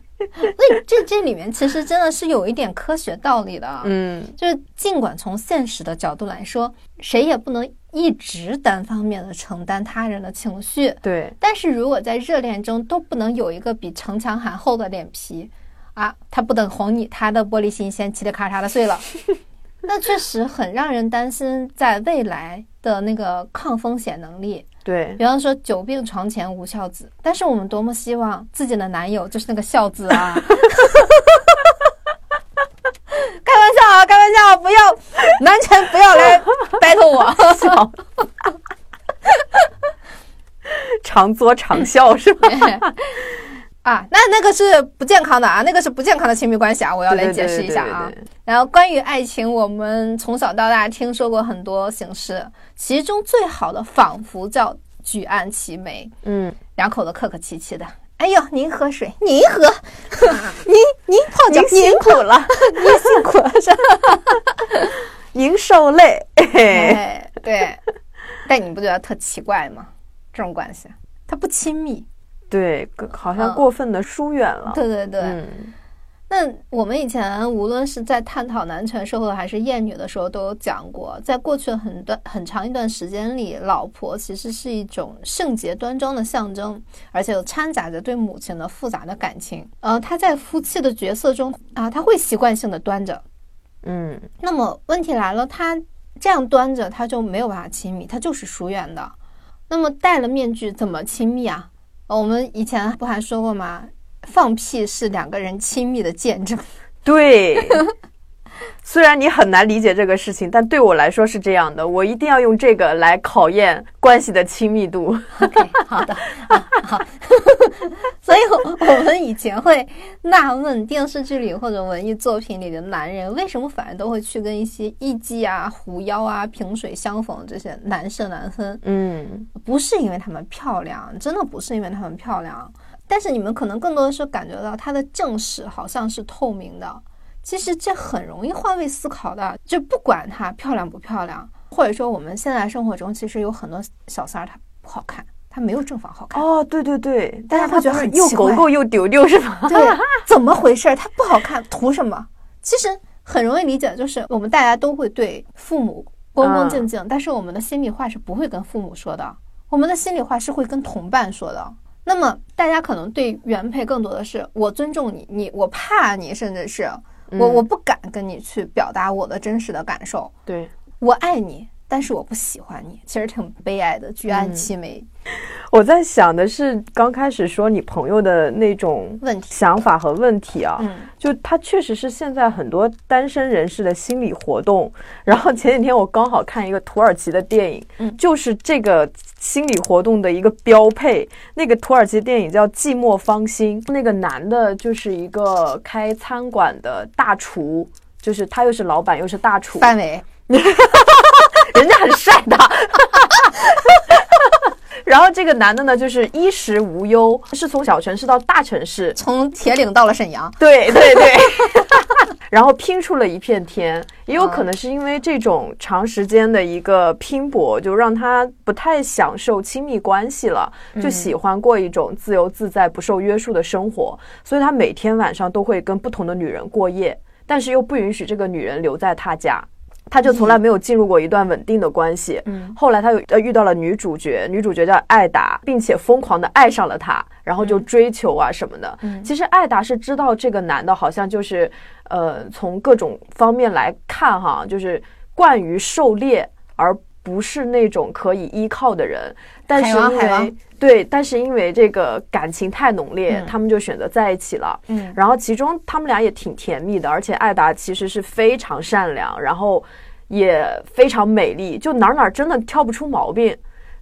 Speaker 1: 那这这里面其实真的是有一点科学道理的，啊
Speaker 2: 嗯，
Speaker 1: 就是尽管从现实的角度来说，谁也不能一直单方面的承担他人的情绪，
Speaker 2: 对，
Speaker 1: 但是如果在热恋中都不能有一个比城墙还厚的脸皮啊，他不等哄你，他的玻璃心先嘁里咔嚓的碎了，那确实很让人担心在未来的那个抗风险能力。
Speaker 2: 对，
Speaker 1: 比方说“久病床前无孝子”，但是我们多么希望自己的男友就是那个孝子啊！ 开玩笑啊，开玩笑啊，不要完全不要来 battle 我。
Speaker 2: 笑，常作常笑是吧？
Speaker 1: 啊，那那个是不健康的啊，那个是不健康的亲密关系啊，我要来解释一下啊。
Speaker 2: 对，对对对对
Speaker 1: 然后关于爱情，我们从小到大听说过很多形式，其中最好的仿佛叫举案齐眉，
Speaker 2: 嗯，
Speaker 1: 两口子客客气气的。哎呦，您喝水，您喝， 您您泡脚，
Speaker 2: 您辛苦了，
Speaker 1: 您辛苦 了，是吧？
Speaker 2: 您受累，嘿嘿，
Speaker 1: 哎，对。但你不觉得特奇怪吗？这种关系，它不亲密。
Speaker 2: 对，更好像
Speaker 1: 嗯
Speaker 2: 过分的疏远了，
Speaker 1: 对对对，
Speaker 2: 嗯，
Speaker 1: 那我们以前无论是在探讨男权社会还是厌女的时候，都有讲过，在过去的很段很长一段时间里，老婆其实是一种圣洁端庄的象征，而且有掺杂着对母亲的复杂的感情。呃，她在夫妻的角色中啊，她会习惯性的端着。
Speaker 2: 嗯，
Speaker 1: 那么问题来了，她这样端着，她就没有办法亲密，她就是疏远的。那么戴了面具怎么亲密啊？呃我们以前不还说过吗？放屁是两个人亲密的见证。
Speaker 2: 对。 虽然你很难理解这个事情，但对我来说是这样的，我一定要用这个来考验关系的亲密度。
Speaker 1: OK，好的， 啊好。所以我，我们以前会纳闷电视剧里或者文艺作品里的男人为什么反而都会去跟一些艺妓啊、狐妖啊、萍水相逢这些男生男生，
Speaker 2: 嗯，
Speaker 1: 不是因为他们漂亮，真的不是因为他们漂亮，但是你们可能更多的是感觉到他的正视好像是透明的。其实这很容易换位思考的，就不管她漂亮不漂亮，或者说我们现在生活中其实有很多小三儿她不好看，她没有正房好看。
Speaker 2: 哦，对对对，但是
Speaker 1: 大家会
Speaker 2: 他
Speaker 1: 觉得
Speaker 2: 不是
Speaker 1: 很
Speaker 2: 又
Speaker 1: 奇
Speaker 2: 狗
Speaker 1: 怪
Speaker 2: 狗又丢丢是吧？
Speaker 1: 对，怎么回事儿？它不好看，图什么？其实很容易理解，就是我们大家都会对父母恭恭敬敬，但是我们的心里话是不会跟父母说的，我们的心里话是会跟同伴说的。那么大家可能对原配更多的是我尊重你，你我怕你，甚至是我
Speaker 2: 嗯
Speaker 1: 我不敢跟你去表达我的真实的感受，
Speaker 2: 对，
Speaker 1: 我爱你。但是我不喜欢你，其实挺悲哀的，举案
Speaker 2: 嗯
Speaker 1: 齐眉。
Speaker 2: 我在想的是，刚开始说你朋友的那种
Speaker 1: 问题
Speaker 2: 想法和问题啊，
Speaker 1: 嗯，
Speaker 2: 就它确实是现在很多单身人士的心理活动。然后前几天我刚好看一个土耳其的电影，
Speaker 1: 嗯
Speaker 2: 就是这个心理活动的一个标配。那个土耳其电影叫《寂寞芳心》，那个男的就是一个开餐馆的大厨，就是他又是老板又是大厨，
Speaker 1: 范伟，
Speaker 2: 人家很帅的。 然后这个男的呢，就是衣食无忧，是从小城市到大城市，
Speaker 1: 从铁岭到了沈阳，
Speaker 2: 对对对， 然后拼出了一片天，也有可能是因为这种长时间的一个拼搏，就让他不太享受亲密关系了，就喜欢过一种自由自在、不受约束的生活，所以他每天晚上都会跟不同的女人过夜，但是又不允许这个女人留在他家。他就从来没有进入过一段稳定的关系，
Speaker 1: 嗯，
Speaker 2: 后来他又呃遇到了女主角，女主角叫艾达，并且疯狂的爱上了他，然后就追求啊什么的。
Speaker 1: 嗯
Speaker 2: 其实艾达是知道这个男的好像就是，呃，从各种方面来看哈，就是惯于狩猎，而不是那种可以依靠的人。但是
Speaker 1: 海王
Speaker 2: 因
Speaker 1: 海王
Speaker 2: 为对，但是因为这个感情太浓烈，
Speaker 1: 嗯
Speaker 2: 他们就选择在一起了。
Speaker 1: 嗯
Speaker 2: 然后其中他们俩也挺甜蜜的，而且艾达其实是非常善良，然后也非常美丽，就哪儿哪儿真的挑不出毛病。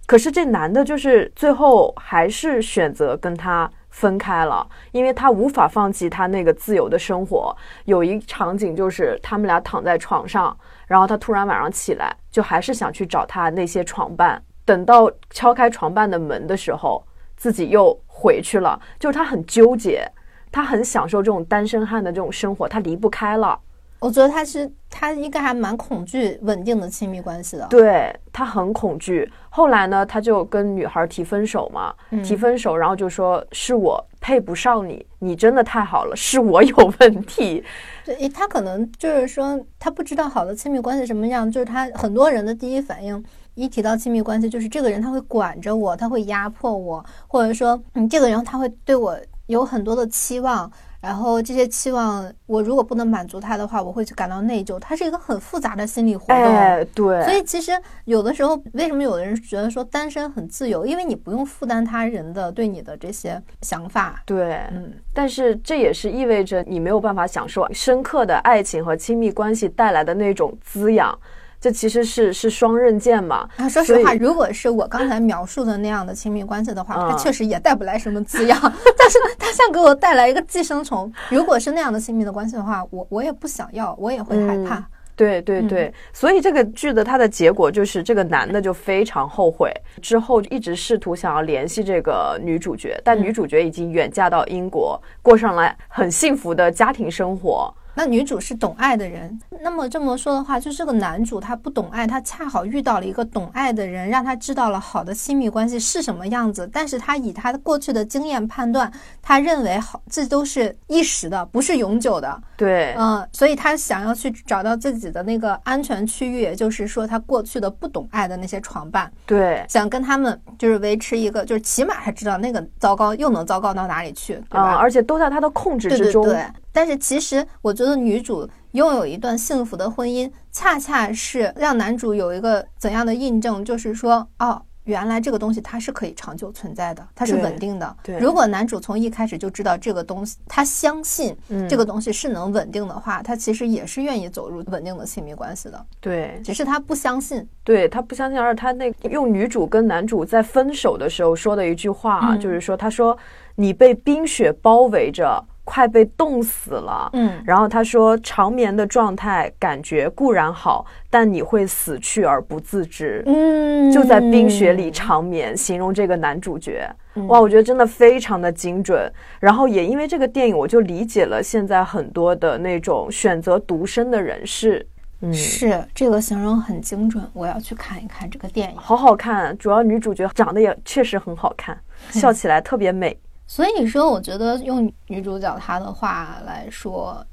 Speaker 2: 可是这男的就是最后还是选择跟他分开了，因为他无法放弃他那个自由的生活。有一场景就是他们俩躺在床上，然后他突然晚上起来，就还是想去找他那些床伴。等到敲开床伴的门的时候，自己又回去了，就是他很纠结，他很享受这种单身汉的这种生活，他离不开
Speaker 1: 哦
Speaker 2: 了。
Speaker 1: 我觉得他是他应该还蛮恐惧稳定的亲密关系的，
Speaker 2: 对他很恐惧。后来呢，他就跟女孩提分手嘛，
Speaker 1: 嗯
Speaker 2: 提分手，然后就说是我配不上你，你真的太好了，是我有问 题。
Speaker 1: 对，他可能就是说他不知道好的亲密关系什么样，就是他很多人的第一反应。一提到亲密关系，就是这个人他会管着我，他会压迫我，或者说，嗯，这个人他会对我有很多的期望，然后这些期望我如果不能满足他的话，我会去感到内疚。它是一个很复杂的心理活动，
Speaker 2: 哎，对，
Speaker 1: 所以其实有的时候，为什么有的人觉得说单身很自由？因为你不用负担他人的对你的这些想法。
Speaker 2: 对，
Speaker 1: 嗯，
Speaker 2: 但是这也是意味着你没有办法享受深刻的爱情和亲密关系带来的那种滋养，这其实是是双刃剑嘛。
Speaker 1: 啊，说实话，
Speaker 2: 所以
Speaker 1: 如果是我刚才描述的那样的亲密关系的话，
Speaker 2: 嗯
Speaker 1: 它确实也带不来什么滋养， 但是它像给我带来一个寄生虫。如果是那样的亲密的关系的话，我我也不想要，我也会害
Speaker 2: 嗯
Speaker 1: 怕。
Speaker 2: 对对对，
Speaker 1: 嗯
Speaker 2: 所以这个剧的它的结果就是这个男的就非常后悔，之后一直试图想要联系这个女主角，但
Speaker 1: 嗯
Speaker 2: 女主角已经远嫁到英国，过上了很幸福的家庭生活。
Speaker 1: 那女主是懂爱的人，那么这么说的话，就是这个男主他不懂爱，他恰好遇到了一个懂爱的人，让他知道了好的亲密关系是什么样子。但是他以他的过去的经验判断，他认为好这都是一时的，不是永久的。
Speaker 2: 对，
Speaker 1: 嗯，所以他想要去找到自己的那个安全区域，也就是说他过去的不懂爱的那些床伴，
Speaker 2: 对，
Speaker 1: 想跟他们就是维持一个，就是起码他知道那个糟糕又能糟糕到哪里去，对吧？
Speaker 2: 啊、而且都在他的控制
Speaker 1: 对
Speaker 2: 之
Speaker 1: 对
Speaker 2: 中。
Speaker 1: 对，但是其实我觉得女主拥有一段幸福的婚姻，恰恰是让男主有一个怎样的印证，就是说，哦，原来这个东西它是可以长久存在的，它是
Speaker 2: 对
Speaker 1: 稳定的。
Speaker 2: 对
Speaker 1: 如果男主从一开始就知道这个东西，他相信
Speaker 2: 嗯
Speaker 1: 这个东西是能稳定的话，他其实也是愿意走入稳定的亲密关系的，
Speaker 2: 对
Speaker 1: 只是他不相信。
Speaker 2: 对他不相信，而且他那用女主跟男主在分手的时候说的一句话、啊，
Speaker 1: 嗯
Speaker 2: 就是说，他说你被冰雪包围着，快被冻死了。
Speaker 1: 嗯，
Speaker 2: 然后他说，长眠的状态感觉固然好，但你会死去而不自知。
Speaker 1: 嗯
Speaker 2: 就在冰雪里长眠，形容这个男主角，
Speaker 1: 嗯
Speaker 2: 哇，我觉得真的非常的精准。然后也因为这个电影，我就理解了现在很多的那种选择独身的人士，嗯，
Speaker 1: 是这个形容很精准，我要去看一看这个电影。
Speaker 2: 好好看，主要女主角长得也确实很好看，笑起来特别美。
Speaker 1: 所以说，我觉得用女主角她的话来说，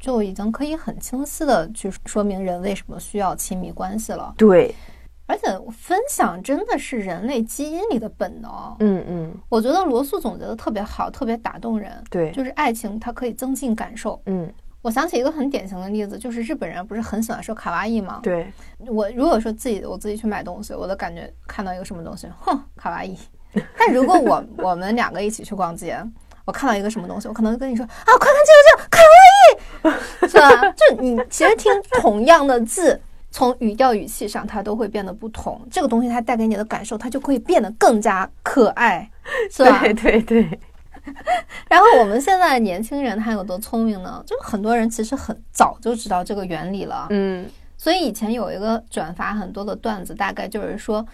Speaker 1: 就已经可以很清晰的去说明人为什么需要亲密关系了。
Speaker 2: 对，
Speaker 1: 而且，分享真的是人类基因里的本能。
Speaker 2: 嗯嗯，
Speaker 1: 我觉得罗素总结的特别好，特别打动人。
Speaker 2: 对，
Speaker 1: 就是爱情，它可以增进感受。
Speaker 2: 嗯
Speaker 1: 我想起一个很典型的例子，就是日本人不是很喜欢说卡哇伊吗？
Speaker 2: 对，
Speaker 1: 我如果说自己我自己去买东西，我都感觉看到一个什么东西，哼，卡哇伊，但如果我我们两个一起去逛街，我看到一个什么东西，我可能跟你说啊，快看这个这个，卡哇伊，是吧？就你其实听同样的字，从语调语气上它都会变得不同，这个东西它带给你的感受，它就会变得更加可爱，是啊吧？
Speaker 2: 对对对，
Speaker 1: 然后我们现在年轻人他有多聪明呢？就很多人其实很早就知道这个原理了，
Speaker 2: 嗯
Speaker 1: 所以以前有一个转发很多的段子，大概就是说，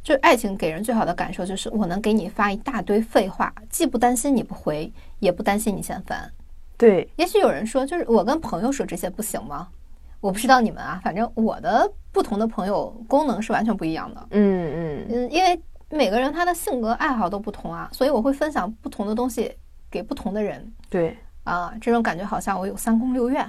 Speaker 1: 就爱情给人最好的感受就是我能给你发一大堆废话，既不担心你不回，也不担心你嫌烦。
Speaker 2: 对，
Speaker 1: 也许有人说，就是我跟朋友说这些不行吗？我不知道你们啊，反正我的不同的朋友功能是完全不一样的。
Speaker 2: 嗯嗯
Speaker 1: 嗯，因为每个人他的性格爱好都不同啊，所以我会分享不同的东西给不同的人。
Speaker 2: 对，
Speaker 1: 啊，这种感觉好像我有三宫六院，啊、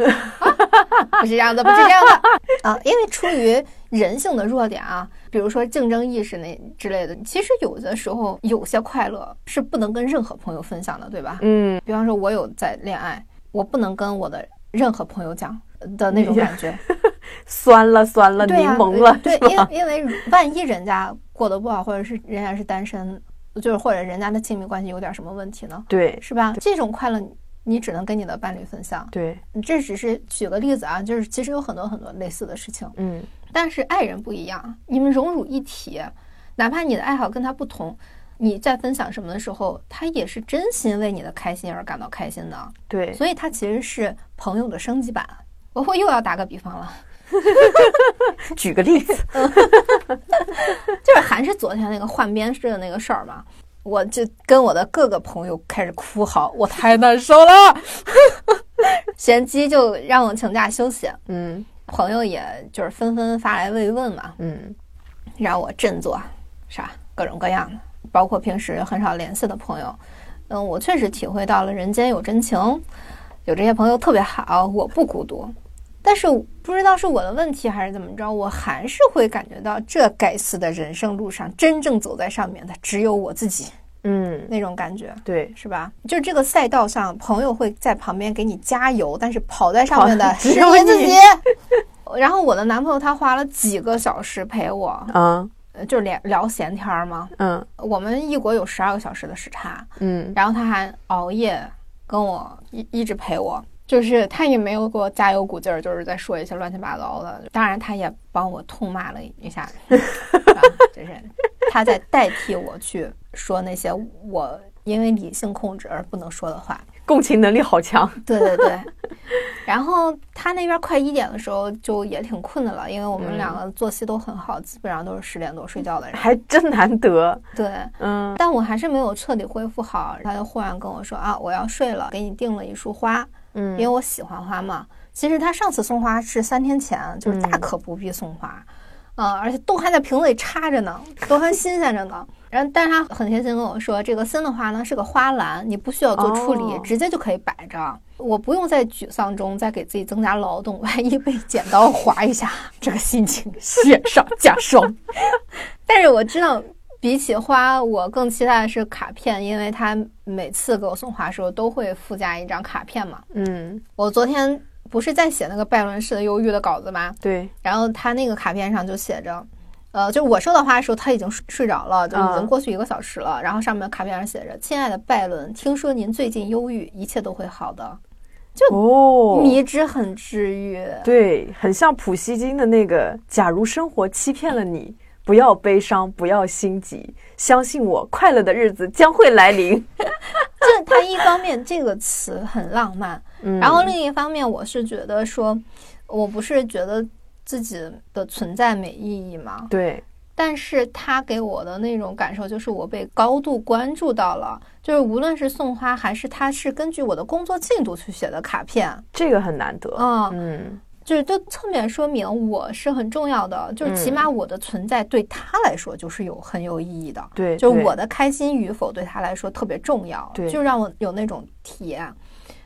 Speaker 1: 不是这样的，不是这样的啊，因为出于人性的弱点啊，比如说竞争意识那之类的，其实有的时候有些快乐是不能跟任何朋友分享的，对吧？
Speaker 2: 嗯
Speaker 1: 比方说，我有在恋爱，我不能跟我的任何朋友讲的那种感觉，
Speaker 2: 酸了酸了，柠
Speaker 1: 对啊
Speaker 2: 檬了，
Speaker 1: 对，
Speaker 2: 是
Speaker 1: 因
Speaker 2: 吧
Speaker 1: 为因为万一人家过得不好，或者是人家是单身，就是或者人家的亲密关系有点什么问题呢，
Speaker 2: 对
Speaker 1: 是吧？这种快乐你你只能跟你的伴侣分享。
Speaker 2: 对，
Speaker 1: 这只是举个例子啊，就是其实有很多很多类似的事情，
Speaker 2: 嗯
Speaker 1: 但是爱人不一样，你们融入一体，哪怕你的爱好跟他不同，你在分享什么的时候，他也是真心为你的开心而感到开心的，
Speaker 2: 对，
Speaker 1: 所以他其实是朋友的升级版。我会又要打个比方了，
Speaker 2: 举个例子，
Speaker 1: 就是还是昨天那个换编制的那个事儿嘛，我就跟我的各个朋友开始哭嚎，我太难受了，玄机就让我请假休息，
Speaker 2: 嗯
Speaker 1: 朋友也就是纷纷发来慰问嘛，
Speaker 2: 嗯
Speaker 1: 让我振作，啥各种各样的，包括平时很少联系的朋友，嗯，我确实体会到了人间有真情，有这些朋友特别好，我不孤独。但是不知道是我的问题还是怎么着，我还是会感觉到这该死的人生路上，真正走在上面的只有我自己
Speaker 2: 嗯，
Speaker 1: 那种感觉，
Speaker 2: 对，
Speaker 1: 是吧？就这个赛道上，朋友会在旁边给你加油，但是跑在上面的
Speaker 2: 跑
Speaker 1: 是
Speaker 2: 只有
Speaker 1: 你自
Speaker 2: 你
Speaker 1: 己。 然后我的男朋友他花了几个小时陪我，
Speaker 2: 啊
Speaker 1: 呃，就是聊聊闲天儿嘛。
Speaker 2: 嗯
Speaker 1: 我们异国有十二个小时的时差，
Speaker 2: 嗯
Speaker 1: 然后他还熬夜跟我一一直陪我，就是他也没有给我加油鼓劲儿，就是在说一些乱七八糟的。当然，他也帮我痛骂了一下，啊就是他在代替我去说那些我因为理性控制而不能说的话。
Speaker 2: 共情能力好强，
Speaker 1: 对对对，然后他那边快一点的时候就也挺困的了，因为我们
Speaker 2: 嗯
Speaker 1: 两个作息都很好，基本上都是十点多睡觉的人。
Speaker 2: 还真难得，
Speaker 1: 对，
Speaker 2: 嗯
Speaker 1: 但我还是没有彻底恢复好，他就忽然跟我说啊，我要睡了，给你订了一束花，因为
Speaker 2: 嗯
Speaker 1: 我喜欢花嘛。其实他上次送花是三天前，就是大
Speaker 2: 嗯
Speaker 1: 可不必送花，啊、而且都还在瓶子里插着呢，都还新鲜着呢。然后，但是他很贴心跟我说，这个新的花呢是个花篮，你不需要做处理，
Speaker 2: 哦
Speaker 1: 直接就可以摆着。我不用在沮丧中再给自己增加劳动，万一被剪刀划一下，这个心情 雪上加霜。 但是我知道，比起花，我更期待的是卡片，因为他每次给我送花的时候都会附加一张卡片嘛。
Speaker 2: 嗯，
Speaker 1: 我昨天不是在写那个拜伦式的忧郁的稿子吗？
Speaker 2: 对，
Speaker 1: 然后他那个卡片上就写着。呃，就是我收到花的时候，他已经睡睡着了，就已经
Speaker 2: 啊
Speaker 1: 过去一个小时了。然后上面卡片上写着：“亲爱的拜伦，听说您最近忧郁，一切都会好的。
Speaker 2: 哦，
Speaker 1: 迷之很治愈，
Speaker 2: 对，很像普希金的那个“假如生活欺骗了
Speaker 1: 嗯
Speaker 2: 你，不要悲伤，不要心急，相信我，快乐的日子将会来临。
Speaker 1: 这它一方面这个词很浪漫，
Speaker 2: 嗯
Speaker 1: 然后另一方面，我是觉得说，我不是觉得自己的存在没意义吗？
Speaker 2: 对，
Speaker 1: 但是他给我的那种感受就是我被高度关注到了，就是无论是送花还是他是根据我的工作进度去写的卡片，
Speaker 2: 这个很难得。
Speaker 1: 嗯，
Speaker 2: 嗯，
Speaker 1: 就是都侧面说明我是很重要的，就是起
Speaker 2: 嗯
Speaker 1: 码我的存在对他来说就是有很有意义的。
Speaker 2: 对，
Speaker 1: 就是
Speaker 2: 对
Speaker 1: 我，的开心与否对他来说特别重要，
Speaker 2: 对
Speaker 1: 就让我有那种体验。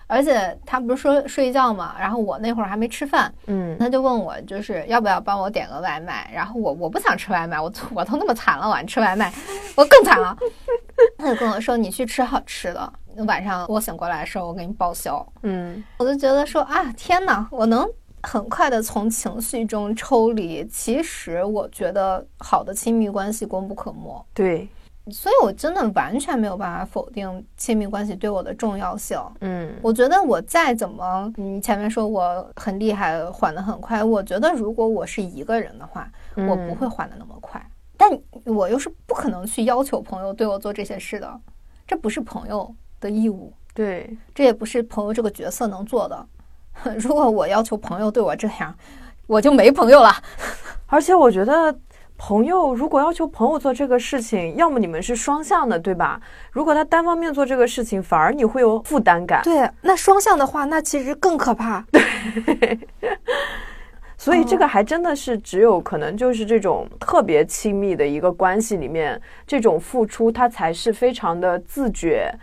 Speaker 1: 而且他不是说睡觉嘛，然后我那会儿还没吃饭，
Speaker 2: 嗯
Speaker 1: 他就问我就是要不要帮我点个外卖，然后我我不想吃外卖，我都我都那么惨了，我还吃外卖，我更惨了。 他就跟我说你去吃好吃的，晚上我醒过来的时候我给你报销。
Speaker 2: 嗯，
Speaker 1: 我就觉得说啊，天哪，我能很快的从情绪中抽离。其实我觉得好的亲密关系功不可没。
Speaker 2: 对，
Speaker 1: 所以我真的完全没有办法否定亲密关系对我的重要性。
Speaker 2: 嗯
Speaker 1: 我觉得我再怎么，嗯，前面说我很厉害，缓得很快，我觉得如果我是一个人的话，
Speaker 3: 嗯
Speaker 1: 我不会缓得那么快。但我又是不可能去要求朋友对我做这些事的，这不是朋友的义务，
Speaker 2: 对，
Speaker 1: 这也不是朋友这个角色能做的。 如果我要求朋友对我这样，我就没朋友了。
Speaker 2: 而且我觉得，朋友如果要求朋友做这个事情，要么你们是双向的，对吧？如果他单方面做这个事情，反而你会有负担感。
Speaker 3: 对，那双向的话，那其实更可怕。
Speaker 2: 所以这个还真的是只有可能就是这种特别亲密的一个关系里面，这种付出它才是非常的自觉，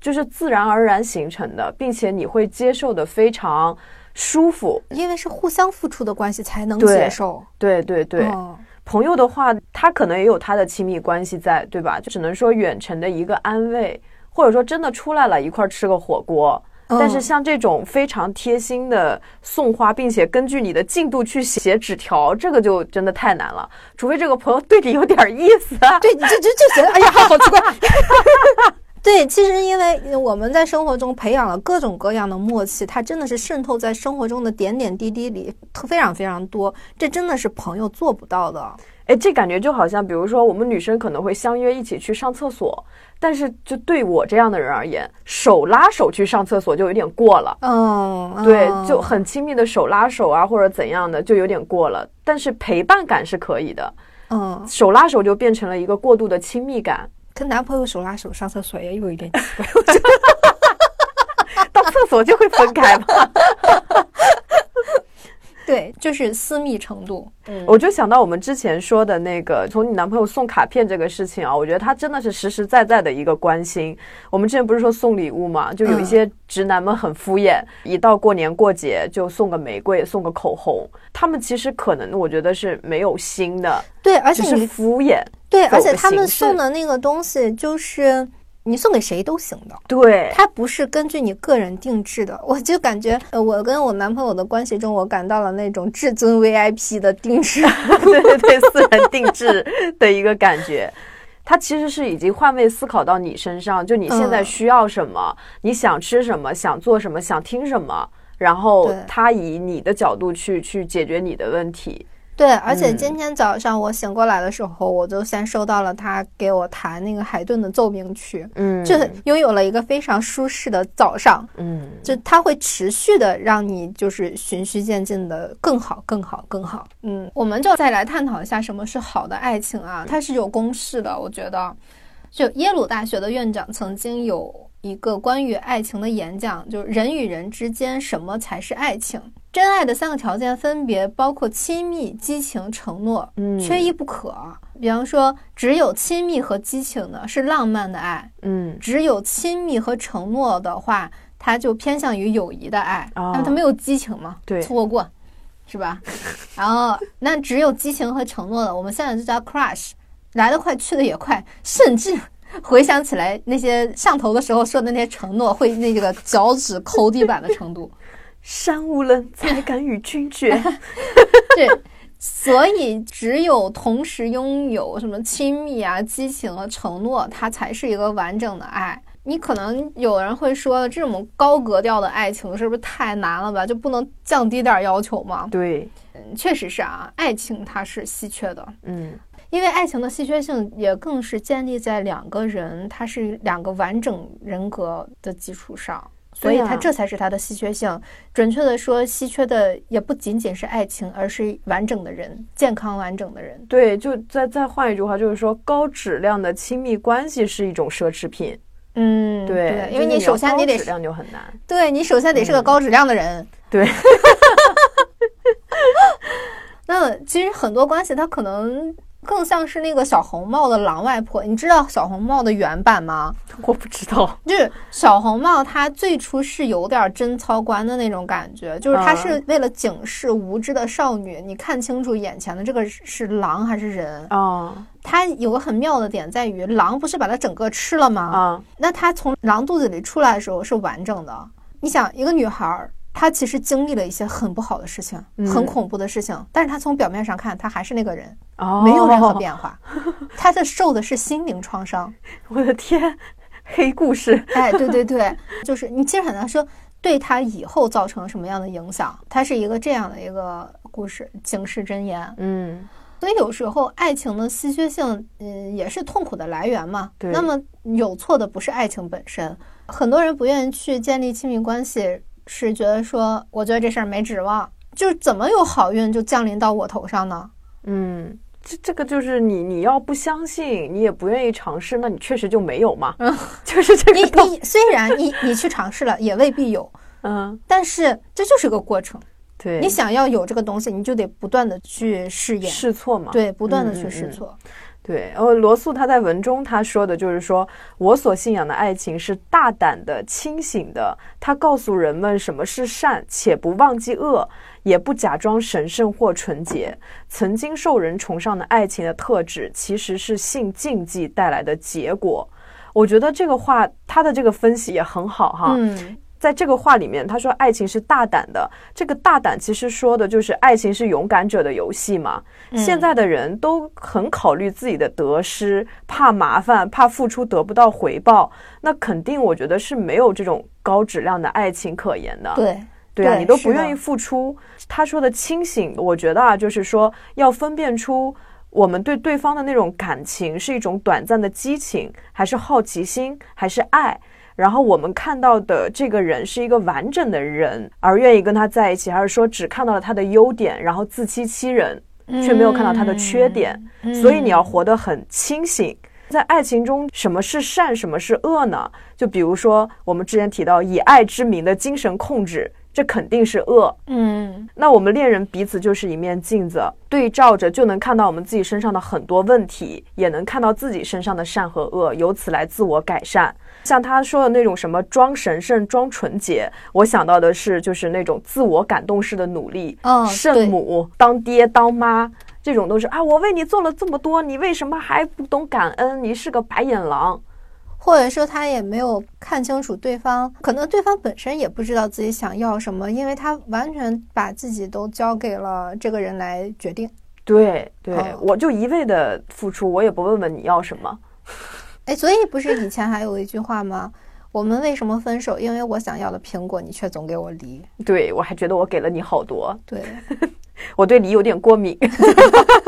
Speaker 2: 就是自然而然形成的，并且你会接受的非常舒服。
Speaker 3: 因为是互相付出的关系才能
Speaker 2: 对
Speaker 3: 接受。
Speaker 2: 对对对，
Speaker 3: 嗯
Speaker 2: 朋友的话，他可能也有他的亲密关系在，对吧？就只能说远程的一个安慰，或者说真的出来了一块儿吃个火锅。但是
Speaker 3: 嗯
Speaker 2: 像这种非常贴心的送花，并且根据你的进度去写纸条，这个就真的太难了。除非这个朋友对你有点意思， 啊
Speaker 3: 对，你这这这觉得，哎呀，好奇怪。 对，其实因为我们在生活中培养了各种各样的默契，它真的是渗透在生活中的点点滴滴里，特非常非常多。这真的是朋友做不到的。
Speaker 2: 哎，这感觉就好像，比如说我们女生可能会相约一起去上厕所，但是就对我这样的人而言，手拉手去上厕所就有点过了。
Speaker 3: 嗯，
Speaker 2: 对，
Speaker 3: 嗯
Speaker 2: 就很亲密的手拉手啊，或者怎样的，就有点过了。但是陪伴感是可以的，
Speaker 3: 嗯，
Speaker 2: 手拉手就变成了一个过度的亲密感。
Speaker 3: 跟男朋友手拉手上厕所也有 一点奇怪。
Speaker 2: 到厕所就会分 开嘛。
Speaker 1: 对，就是私密程度。
Speaker 3: 嗯
Speaker 2: 我就想到我们之前说的那个，从你男朋友送卡片这个事情啊，我觉得他真的是实实在在的一个关心。我们之前不是说送礼物嘛，就有一
Speaker 3: 嗯
Speaker 2: 些直男们很敷衍，一到过年过节就送个玫瑰，送个口红，他们其实可能我觉得是没有心的，
Speaker 3: 对，而
Speaker 2: 只
Speaker 3: 且
Speaker 2: 是
Speaker 3: 你
Speaker 2: 敷衍。
Speaker 3: 对，
Speaker 2: 走
Speaker 3: 而且
Speaker 2: 个
Speaker 3: 他们
Speaker 2: 形式
Speaker 3: 送的那个东西就是你送给谁都行的。
Speaker 2: 对，
Speaker 3: 它不是根据你个人定制的， 我就感觉，呃，我跟我男朋友的关系中，我感到了那种至尊 VIP 的定制。
Speaker 2: 对对对，私人定制的一个感觉。它其实是已经换位思考到你身上，就你现在
Speaker 3: 嗯
Speaker 2: 需要什么，你想吃什么，想做什么，想听什么，然后
Speaker 3: 对
Speaker 2: 他以你的角度去去解决你的问题。
Speaker 3: 对，而且
Speaker 2: 嗯
Speaker 3: 今天早上我醒过来的时候，我就先收到了他给我弹那个海顿的奏鸣曲，
Speaker 2: 嗯
Speaker 3: 就拥有了一个非常舒适的早上。
Speaker 2: 嗯，
Speaker 3: 就它会持续的让你就是循序渐进的更好、更好、更好。
Speaker 1: 嗯，我们就再来探讨一下什么是好的爱情啊，它是有公式的。我觉得，就耶鲁大学的院长曾经有一个关于爱情的演讲，就是人与人之间什么才是爱情？真爱的三个条件分别包括亲密、激情、承诺，
Speaker 2: 嗯
Speaker 1: 缺一不可。啊比方说，只有亲密和激情的是浪漫的爱，
Speaker 2: 嗯
Speaker 1: 只有亲密和承诺的话，它就偏向于友谊的爱，
Speaker 2: 哦
Speaker 1: 但它没有激情嘛，
Speaker 2: 对
Speaker 1: 错过，是吧？然后那只有激情和承诺的，我们现在就叫 crush，来得快去得也快，甚至。回想起来那些上头的时候说的那些承诺，会那个脚趾抠地板的程度。
Speaker 2: 山无棱，才敢与君绝。
Speaker 1: 对，所以只有同时拥有什么亲密啊、激情啊、承诺，它才是一个完整的爱。你可能有人会说，这种高格调的爱情是不是太难了吧？就不能降低点儿要求吗？
Speaker 2: 对，
Speaker 1: 嗯，确实是啊，爱情它是稀缺的，
Speaker 2: 嗯
Speaker 1: 因为爱情的稀缺性也更是建立在两个人他是两个完整人格的基础上，所以
Speaker 2: 对呀啊
Speaker 1: 它这才是它的稀缺性。准确的说，稀缺的也不仅仅是爱情，而是完整的人，健康完整的人。
Speaker 2: 对，就再再换一句话，就是说高质量的亲密关系是一种奢侈品。
Speaker 1: 嗯，
Speaker 2: 对，
Speaker 1: 因为
Speaker 2: 就
Speaker 1: 你
Speaker 2: 是要
Speaker 1: 首先你
Speaker 2: 高
Speaker 1: 得
Speaker 2: 质量就很难。
Speaker 1: 对你首先得是个
Speaker 2: 嗯
Speaker 1: 高质量的人。
Speaker 2: 对，
Speaker 1: 那其实很多关系它可能更像是那个小红帽的狼外婆，你知道小红帽的原版吗？
Speaker 2: 我不知道。
Speaker 1: 就是小红帽，它最初是有点贞操观的那种感觉，就是它
Speaker 2: 嗯
Speaker 1: 是为了警示无知的少女，你看清楚眼前的这个是狼还是人。
Speaker 2: 啊
Speaker 1: 它有个很妙的点在于，狼不是把它整个吃了吗？
Speaker 2: 啊，
Speaker 1: 那它从狼肚子里出来的时候是完整的。你想，一个女孩儿他其实经历了一些很不好的事情，很
Speaker 2: 嗯
Speaker 1: 恐怖的事情，但是他从表面上看，他还是那个人，
Speaker 2: 哦，
Speaker 1: 没有任何。变化， 他的受的是心灵创伤。
Speaker 2: 我的天， 黑故事。
Speaker 1: 哎，对对对，就是你其实很难说对他以后造成什么样的影响，它是一个这样的一个故事警示箴言。
Speaker 2: 嗯
Speaker 1: 所以有时候爱情的稀缺性，嗯，也是痛苦的来源嘛。
Speaker 2: 对
Speaker 1: 那么有错的不是爱情本身，很多人不愿意去建立亲密关系，是觉得说，我觉得这事儿没指望，就是怎么有好运就降临到我头上呢？
Speaker 2: 嗯，这这个就是你，你要不相信，你也不愿意尝试，那你确实就没有嘛。就是这
Speaker 1: 嗯你
Speaker 2: 个道。
Speaker 1: 你虽然你你去尝试了，也未必有，
Speaker 2: 嗯，
Speaker 1: 但是这就是个过程。
Speaker 2: 对，
Speaker 1: 你想要有这个东西，你就得不断的去试验，
Speaker 2: 试错嘛。
Speaker 1: 对，不断的
Speaker 2: 嗯
Speaker 1: 去
Speaker 2: 嗯
Speaker 1: 试
Speaker 2: 嗯
Speaker 1: 错。
Speaker 2: 对，然后罗素他在文中他说的就是说，我所信仰的爱情是大胆的、清醒的，他告诉人们什么是善，且不忘记恶，也不假装神圣或纯洁。曾经受人崇尚的爱情的特质，其实是性禁忌带来的结果。我觉得这个话他的这个分析也很好哈，
Speaker 1: 嗯，
Speaker 2: 在这个话里面，他说爱情是大胆的，这个大胆其实说的就是爱情是勇敢者的游戏嘛。现在的人都很考虑自己的得失，怕麻烦，怕付出得不到回报，那肯定我觉得是没有这种高质量的爱情可言的。
Speaker 1: 对，
Speaker 2: 对啊，
Speaker 1: 对
Speaker 2: 你都
Speaker 1: 是
Speaker 2: 不
Speaker 1: 的
Speaker 2: 愿意付出。他说的清醒，我觉得啊，就是说要分辨出我们对对方的那种感情是一种短暂的激情，还是好奇心，还是爱。然后我们看到的这个人是一个完整的人，而愿意跟他在一起，还是说只看到了他的优点，然后自欺欺人，却没有看到他的缺点？所以你要活得很清醒。在爱情中，什么是善，什么是恶呢？就比如说我们之前提到以爱之名的精神控制，这肯定是恶。
Speaker 1: 嗯，
Speaker 2: 那我们恋人彼此就是一面镜子，对照着就能看到我们自己身上的很多问题，也能看到自己身上的善和恶，由此来自我改善。像他说的那种什么装神圣、装纯洁，我想到的是就是那种自我感动式的努力，
Speaker 1: 哦对
Speaker 2: 圣母当爹当妈。这种都是啊，我为你做了这么多，你为什么还不懂感恩？你是个白眼狼。
Speaker 1: 或者说他也没有看清楚对方，可能对方本身也不知道自己想要什么，因为他完全把自己都交给了这个人来决定。
Speaker 2: 对对，
Speaker 1: 哦
Speaker 2: 嗯我就一味的付出，我也不问问你要什么。
Speaker 1: 哎，所以不是以前还有一句话 吗？我们为什么分手？因为我想要的苹果，你却总给我梨。
Speaker 2: 对我还觉得我给了你好多，
Speaker 1: 对，
Speaker 2: 我对梨有点过敏。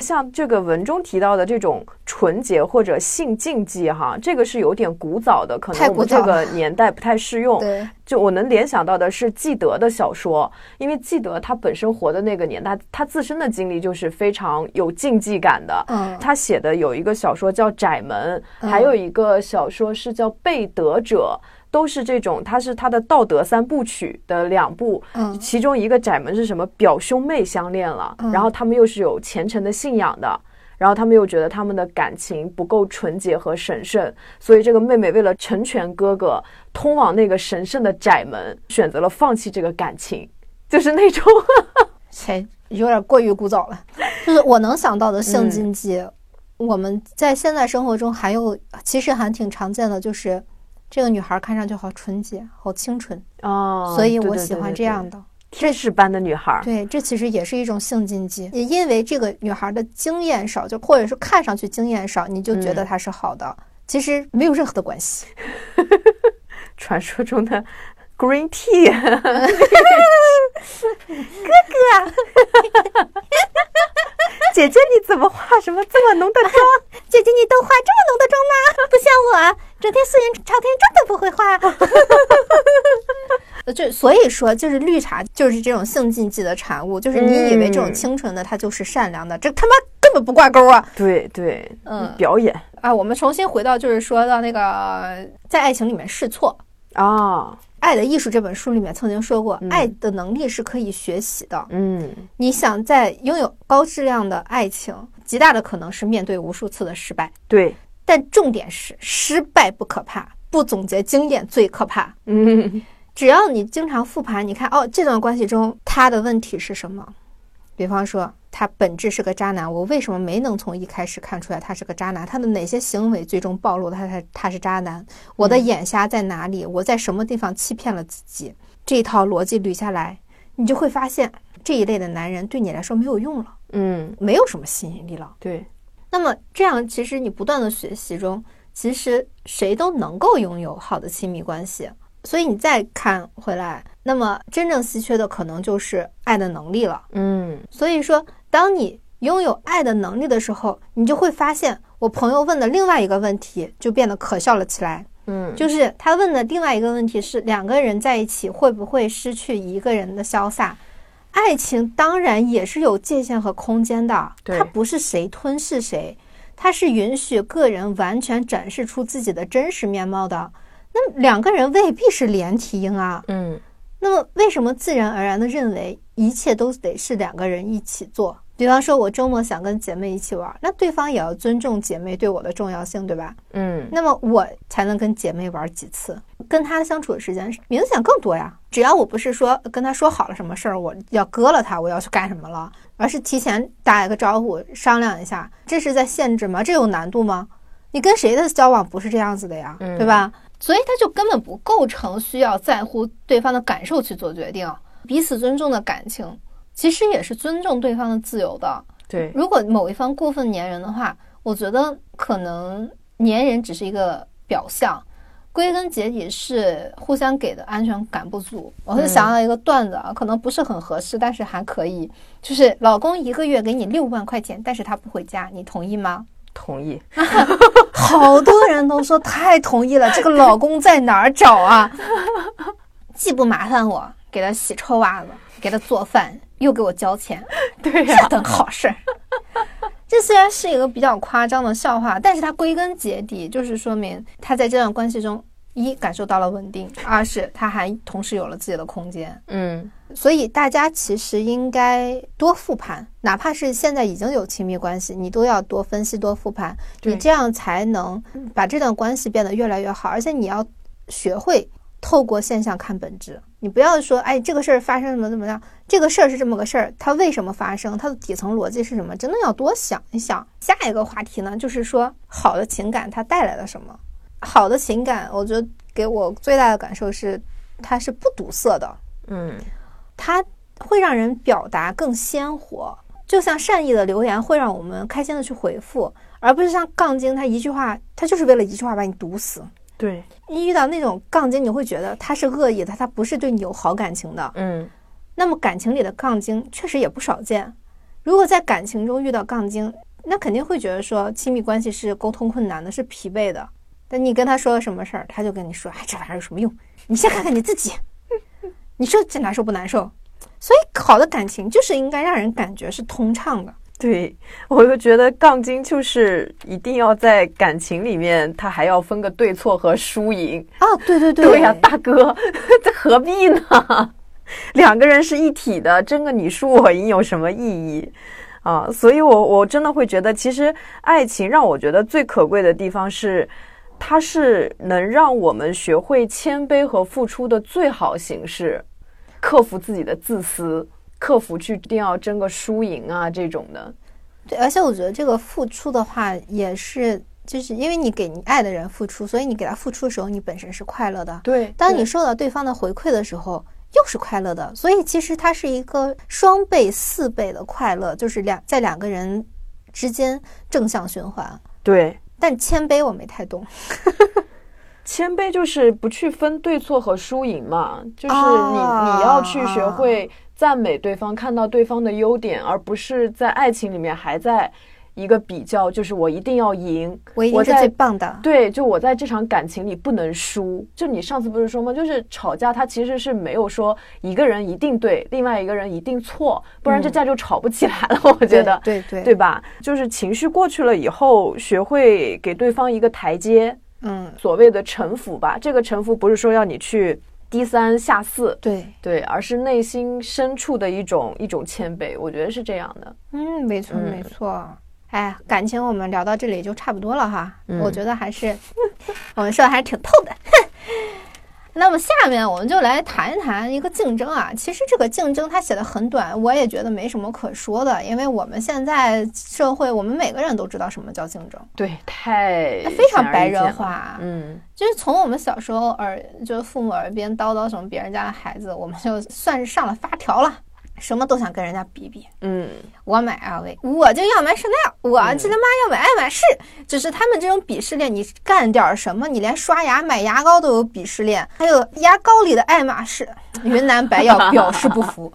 Speaker 2: 像这个文中提到的这种纯洁或者性禁忌，哈，这个是有点古早的，可
Speaker 1: 太
Speaker 2: 能我
Speaker 1: 古
Speaker 2: 们
Speaker 1: 早
Speaker 2: 这个年代不太适 用。
Speaker 1: 对，
Speaker 2: 就我能联想到的是纪德的小说，因为纪德他本身活的那个年代，他自身的经历就是非常有禁忌感的。
Speaker 1: 嗯，
Speaker 2: 他写的有一个小说叫《窄门》，还有一个小说是叫《被德者》，都是这种，它是他的道德三部曲的两部。
Speaker 1: 嗯
Speaker 2: 其中一个窄门是什么？表兄妹相恋了，
Speaker 1: 嗯
Speaker 2: 然后他们又是有虔诚的信仰的。然后他们又觉得他们的感情不够纯洁和神圣，所以这个妹妹为了成全哥哥，通往那个神圣的窄门，选择了放弃这个感情， 就是那种
Speaker 1: 谁有点过于古早了。 就是我能想到的性
Speaker 2: 嗯
Speaker 1: 禁忌，我们在现在生活中还有，其实还挺常见的，就是这个女孩看上去好纯洁，好清纯，
Speaker 2: 啊
Speaker 1: 所以我喜欢这样
Speaker 2: 的
Speaker 1: 的。
Speaker 2: 天使般的女孩儿。
Speaker 1: 对，这其实也是一种性禁忌，也因为这个女孩的经验少，就或者是看上去经验少，你就觉得她是好的，其实没有任何的关系。
Speaker 2: 传说 中的 green tea。哥哥，
Speaker 1: 啊
Speaker 2: 姐姐，你怎么化什么这么浓的妆？
Speaker 1: 姐姐，你都化这么浓的妆吗？ 不像我，啊整天素颜朝天妆都不会化。 呃就所以说，就是绿茶就是这种性禁忌的产物，就是你以为这种
Speaker 2: 嗯
Speaker 1: 清纯的它就是善良的，这他妈根本不挂钩啊！
Speaker 2: 对对，
Speaker 1: 嗯
Speaker 2: 表演
Speaker 1: 啊，我们重新回到就是说到那个在爱情里面试错，
Speaker 2: 啊，
Speaker 1: 《爱的艺术》这本书里面曾经说过，
Speaker 2: 嗯
Speaker 1: 爱的能力是可以学习的。
Speaker 2: 嗯，
Speaker 1: 你想在拥有高质量的爱情，极大的可能是面对无数次的失败。
Speaker 2: 对，
Speaker 1: 但重点是，失败不可怕，不总结经验最可怕。
Speaker 2: 嗯
Speaker 1: 只要你经常复盘，你看哦，这段关系中他的问题是什么？比方说，他本质是个渣男，我为什么没能从一开始看出来他是个渣男？他的哪些行为最终暴露了他他他是渣男？我的眼瞎在哪里？我在什么地方欺骗了自己？这一套逻辑捋下来，你就会发现这一类的男人对你来说没有用了，
Speaker 2: 嗯，
Speaker 1: 没有什么吸引力了。
Speaker 2: 对，
Speaker 1: 那么这样，其实你不断的学习中，其实谁都能够拥有好的亲密关系。所以你再看回来，那么真正稀缺的可能就是爱的能力了。
Speaker 2: 嗯
Speaker 1: 所以说，当你拥有爱的能力的时候，你就会发现，我朋友问的另外一个问题就变得可笑了起来。
Speaker 2: 嗯，
Speaker 1: 就是他问的另外一个问题是，两个人在一起会不会失去一个人的潇洒？爱情当然也是有界限和空间的，
Speaker 2: 对
Speaker 1: 它不是谁吞噬谁，它是允许个人完全展示出自己的真实面貌的。那么两个人未必是连体婴啊，
Speaker 2: 嗯
Speaker 1: 那么为什么自然而然的认为一切都得是两个人一起做？比方说，我周末想跟姐妹一起玩，那对方也要尊重姐妹对我的重要性，对吧？
Speaker 2: 嗯，
Speaker 1: 那么我才能跟姐妹玩几次，跟她相处的时间明显更多呀。只要我不是说跟她说好了什么事儿，我要割了她，我要去干什么了，而是提前打一个招呼，商量一下，这是在限制吗？这有难度吗？你跟谁的交往不是这样子的呀，
Speaker 2: 嗯
Speaker 1: 对吧？所以他就根本不构成需要在乎对方的感受去做决定，彼此尊重的感情，其实也是尊重对方的自由的。
Speaker 2: 对，
Speaker 1: 如果某一方过分粘人的话，我觉得可能粘人只是一个表象，归根结底是互相给的安全感不足。我是想到一个段子啊，可能不是很合适，但是还可以，就是老公一个月给你六万块钱，但是他不回家，你同意吗？
Speaker 2: 同意，
Speaker 1: 好多人都说太同意了，这个老公在哪儿找啊？ 既不麻烦我给他洗臭袜子，给他做饭，又给我交钱，
Speaker 2: 对
Speaker 1: 这等好事儿。 这虽然是一个比较夸张的笑话，但是它归根结底就是说明他在这段关系中，一感受到了稳定，二是他还同时有了自己的空间。
Speaker 2: 嗯
Speaker 1: 所以大家其实应该多复盘，哪怕是现在已经有亲密关系，你都要多分析、多复盘，
Speaker 2: 对
Speaker 1: 你这样才能把这段关系变得越来越好。而且你要学会透过现象看本质，你不要说哎这个事儿发生怎么怎么样，这个事儿是这么个事儿，它为什么发生，它的底层逻辑是什么，真的要多想一想。下一个话题呢，就是说好的情感它带来了什么？好的情感，我觉得给我最大的感受是，它是不堵塞的。
Speaker 2: 嗯
Speaker 1: 它会让人表达更鲜活。就像善意的留言会让我们开心的去回复，而不是像杠精，他一句话，他就是为了一句话把你毒死。
Speaker 2: 对，
Speaker 1: 你遇到那种杠精，你会觉得他是恶意的，他不是对你有好感情的。
Speaker 2: 嗯
Speaker 1: 那么感情里的杠精确实也不少见。如果在感情中遇到杠精，那肯定会觉得说亲密关系是沟通困难的，是疲惫的。但你跟他说了什么事儿，他就跟你说：“哎，这玩意儿有什么用？你先看看你自己，你说这难受不难受？”所以，好的感情就是应该让人感觉是通畅的。
Speaker 2: 对，我就觉得杠精就是一定要在感情里面，他还要分个对错和输赢。
Speaker 1: 啊，对对对
Speaker 2: 对呀、大哥， 这何必呢？ 两个人是一体的，争个你输我赢有什么意义？啊，所以我我真的会觉得，其实爱情让我觉得最可贵的地方是，它是能让我们学会谦卑和付出的最好形式，克服自己的自私，克服去一定要争个输赢啊这种的。
Speaker 1: 对，而且我觉得这个付出的话，也是就是因为你给你爱的人付出，所以你给他付出的时候，你本身是快乐的。
Speaker 2: 对，
Speaker 1: 当你受到对方的回馈的时候，又是快乐的。所以其实它是一个双倍、四倍的快乐，就是两在两个人之间正向循环。
Speaker 2: 对
Speaker 1: 但谦卑我没太懂，
Speaker 2: 谦卑就是不去分对错和输赢嘛，就是你、
Speaker 1: 啊
Speaker 2: 你要去学会赞美对方，看到对方的优点，而不是在爱情里面还在一个比较，就是我一定要赢，
Speaker 1: 我一定
Speaker 2: 我
Speaker 1: 是
Speaker 2: 在
Speaker 1: 最棒的。
Speaker 2: 对，就我在这场感情里不能输。就你上次不是说吗？就是吵架，它其实是没有说一个人一定对，另外一个人一定错，不然这
Speaker 1: 嗯
Speaker 2: 架就吵不起来了。我觉得，
Speaker 1: 对对
Speaker 2: 对，吧？就是情绪过去了以后，学会给对方一个台阶，
Speaker 1: 嗯，
Speaker 2: 所谓的臣服吧。这个臣服不是说要你去低三下四，
Speaker 1: 对，
Speaker 2: 对，而是内心深处的一种一种谦卑，我觉得是这样的。
Speaker 1: 嗯，没错
Speaker 2: 嗯
Speaker 1: 没错。哎，感情我们聊到这里就差不多了哈。
Speaker 2: 嗯
Speaker 1: 我觉得还是我们说的还是挺透的。 那么下面我们就来谈一谈一个竞争啊。其实这个竞争它写的很短，我也觉得没什么可说的，因为我们现在社会，我们每个人都知道什么叫竞争，
Speaker 2: 对，太
Speaker 1: 那非常
Speaker 2: 显而
Speaker 1: 白
Speaker 2: 易见
Speaker 1: 人
Speaker 2: 了。
Speaker 1: 化。
Speaker 2: 嗯，
Speaker 1: 就是从我们小时候耳，就是父母耳边叨叨什么别人家的孩子，我们就算是上了发条了，什么都想跟人家比比。
Speaker 2: 嗯，
Speaker 1: 我买 LV，我就要买 Chanel，我这他妈要买爱马仕。只是他们这种鄙视链，你干点儿什么，你连刷牙买牙膏都有鄙视链，还有牙膏里的爱马仕，云南白药表示不服。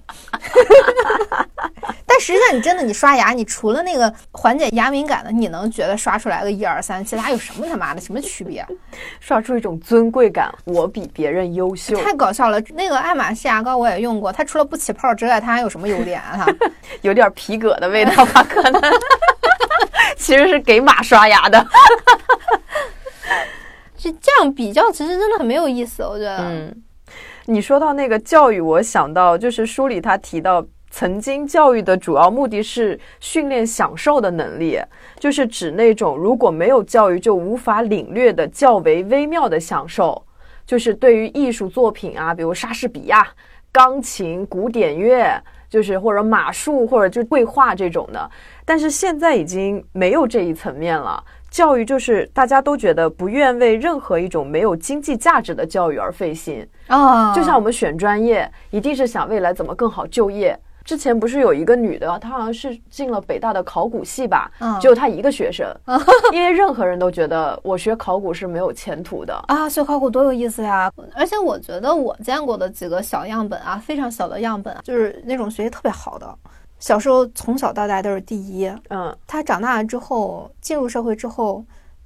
Speaker 1: 但实际上，你真的你刷牙，你除了那个缓解牙敏感的，你能觉得刷出来个一二三，其他有什么他妈的什么区别啊？
Speaker 2: 刷出一种尊贵感，我比别人优秀，
Speaker 1: 太搞笑了！那个爱马仕牙膏我也用过，它除了不起泡之外，它还有什么优点啊？ 它
Speaker 2: 有点皮革的味道吧？可能 其实是给马刷牙的。
Speaker 1: 这这样比较，其实真的很没有意思，我觉得。
Speaker 2: 嗯，你说到那个教育，我想到就是书里他提到，曾经教育的主要目的是训练享受的能力，就是指那种如果没有教育就无法领略的较为微妙的享受，就是对于艺术作品啊，比如莎士比亚、钢琴、古典乐。就是或者马术或者就绘画这种的，但是现在已经没有这一层面了。教育就是大家都觉得不愿为任何一种没有经济价值的教育而费心，
Speaker 1: 啊，
Speaker 2: 就像我们选专业，一定是想未来怎么更好就业。之前不是有一个女的，她好像是进了北大的考古系吧，
Speaker 1: 嗯
Speaker 2: 只有她一个学生，
Speaker 1: 啊
Speaker 2: 因为任何人都觉得我学考古是没有前途的。
Speaker 1: 啊，学考古多有意思呀！而且我觉得我见过的几个小样本啊，非常小的样本啊，就是那种学习特别好的，小时候从小到大都是第一。
Speaker 2: 嗯，
Speaker 1: 他长大了之后，进入社会之后，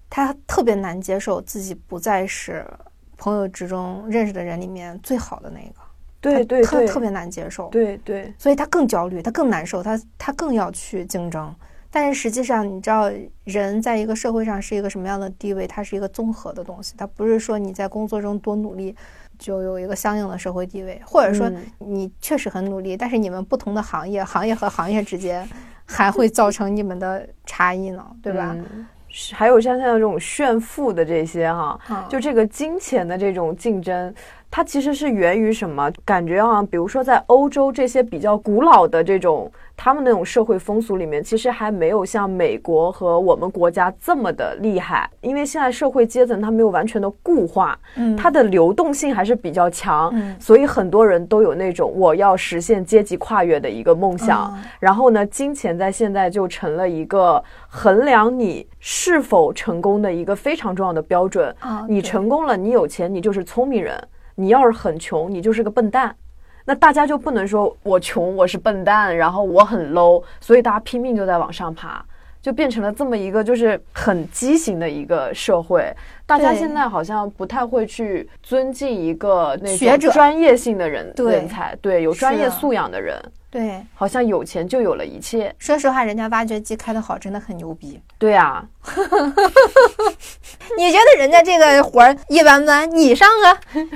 Speaker 1: 他特别难接受自己不再是朋友之中认识的人里面最好的那个，
Speaker 2: 对
Speaker 1: 他
Speaker 2: 对
Speaker 1: 特
Speaker 2: 对，
Speaker 1: 特别难接受。
Speaker 2: 对对，
Speaker 1: 所以他更焦虑，他更难受，他他更要去竞争。但是实际上，你知道人在一个社会上是一个什么样的地位，它是一个综合的东西，它不是说你在工作中多努力就有一个相应的社会地位，或者说
Speaker 2: 嗯
Speaker 1: 你确实很努力，但是你们不同的行业，行业和行业之间还会造成你们的差异呢，对吧？
Speaker 2: 嗯是还有像像这种炫富的这些哈、
Speaker 1: 啊
Speaker 2: 嗯就这个金钱的这种竞争，它其实是源于什么？感觉啊，比如说在欧洲这些比较古老的这种他们那种社会风俗里面，其实还没有像美国和我们国家这么的厉害，因为现在社会阶层它没有完全的固化，
Speaker 1: 嗯
Speaker 2: 它的流动性还是比较强，
Speaker 1: 嗯
Speaker 2: 所以很多人都有那种我要实现阶级跨越的一个梦想。
Speaker 1: 嗯
Speaker 2: 然后呢，金钱在现在就成了一个衡量你是否成功的一个非常重要的标准。
Speaker 1: 啊，
Speaker 2: 你
Speaker 1: 对
Speaker 2: 成功了，你有钱，你就是聪明人；你要是很穷，你就是个笨蛋。那大家就不能说我穷，我是笨蛋，然后我很 low，所以大家拼命就在往上爬，就变成了这么一个就是很畸形的一个社会。大家
Speaker 1: 对
Speaker 2: 现在好像不太会去尊敬一个那种
Speaker 1: 学者
Speaker 2: 专业性的人
Speaker 1: 对
Speaker 2: 人才，对有专
Speaker 1: 是
Speaker 2: 业
Speaker 1: 啊
Speaker 2: 素养的人，
Speaker 1: 对，
Speaker 2: 好像有钱就有了一切。
Speaker 1: 说实话，人家挖掘机开得好，真的很牛逼。
Speaker 2: 对啊，
Speaker 1: 你觉得人家这个活儿一般般，你上啊？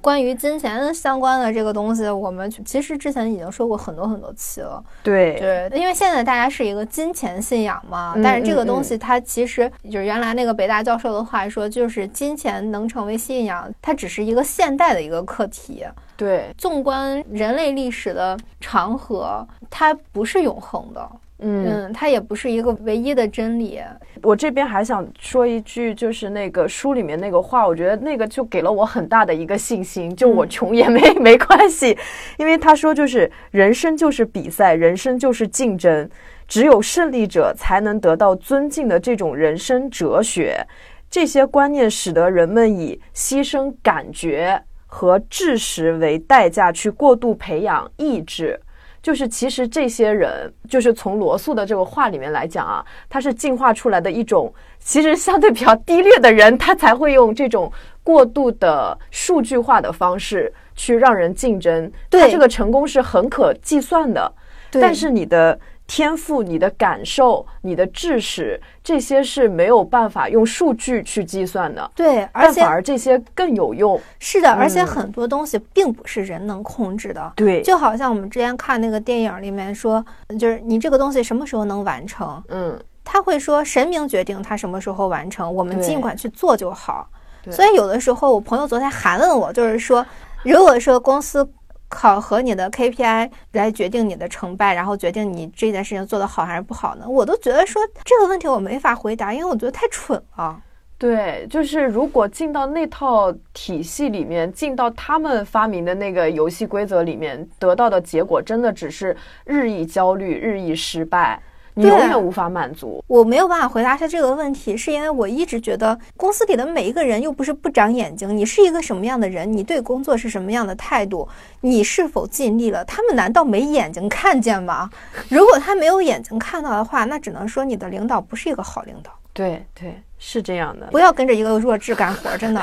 Speaker 1: 关于金钱相关的这个东西，我们其实之前已经说过很多很多期了，
Speaker 2: 对
Speaker 1: 就是因为现在大家是一个金钱信仰嘛，
Speaker 2: 嗯
Speaker 1: 但是这个东西它其实就是原来那个北大教授的话说，就是金钱能成为信仰，它只是一个现代的一个课题，
Speaker 2: 对，
Speaker 1: 纵观人类历史的长河，它不是永恒的，
Speaker 2: 嗯
Speaker 1: 嗯，它也不是一个唯一的真理，
Speaker 2: 我这边还想说一句，就是那个书里面那个话，我觉得那个就给了我很大的一个信心，就我穷也没、 没关系，因为他说就是人生就是比赛，人生就是竞争，只有胜利者才能得到尊敬的这种人生哲学。这些观念使得人们以牺牲感觉和知识为代价去过度培养意志。就是其实这些人，就是从罗素的这个话里面来讲啊，他是进化出来的一种，其实相对比较低劣的人，他才会用这种过度的数据化的方式去让人竞争。
Speaker 1: 对
Speaker 2: 他这个成功是很可计算的，
Speaker 1: 对
Speaker 2: 但是你的天赋、你的感受、你的知识，这些是没有办法用数据去计算的，
Speaker 1: 对，而
Speaker 2: 但
Speaker 1: 且
Speaker 2: 反而这些更有用。
Speaker 1: 是的，而且
Speaker 2: 嗯
Speaker 1: 很多东西并不是人能控制的。
Speaker 2: 对，
Speaker 1: 就好像我们之前看那个电影里面说，就是你这个东西什么时候能完成，
Speaker 2: 嗯，
Speaker 1: 他会说神明决定他什么时候完成，我们
Speaker 2: 对
Speaker 1: 尽管去做就好。
Speaker 2: 对
Speaker 1: 所以有的时候，我朋友昨天还问我，就是说，如果说公司考核你的 KPI 来决定你的成败，然后决定你这件事情做得好还是不好呢，我都觉得说这个问题我没法回答，因为我觉得太蠢了。
Speaker 2: 对，就是如果进到那套体系里面，进到他们发明的那个游戏规则里面，得到的结果真的只是日益焦虑、日益失败，你
Speaker 1: 对
Speaker 2: 永远无法满足。
Speaker 1: 我没有办法回答他这个问题，是因为我一直觉得公司里的每一个人又不是不长眼睛，你是一个什么样的人，你对工作是什么样的态度，你是否尽力了，他们难道没眼睛看见吗？ 如果他没有眼睛看到的话，那只能说你的领导不是一个好领导。
Speaker 2: 对对，是这样的。
Speaker 1: 不要跟着一个弱智干活，真的。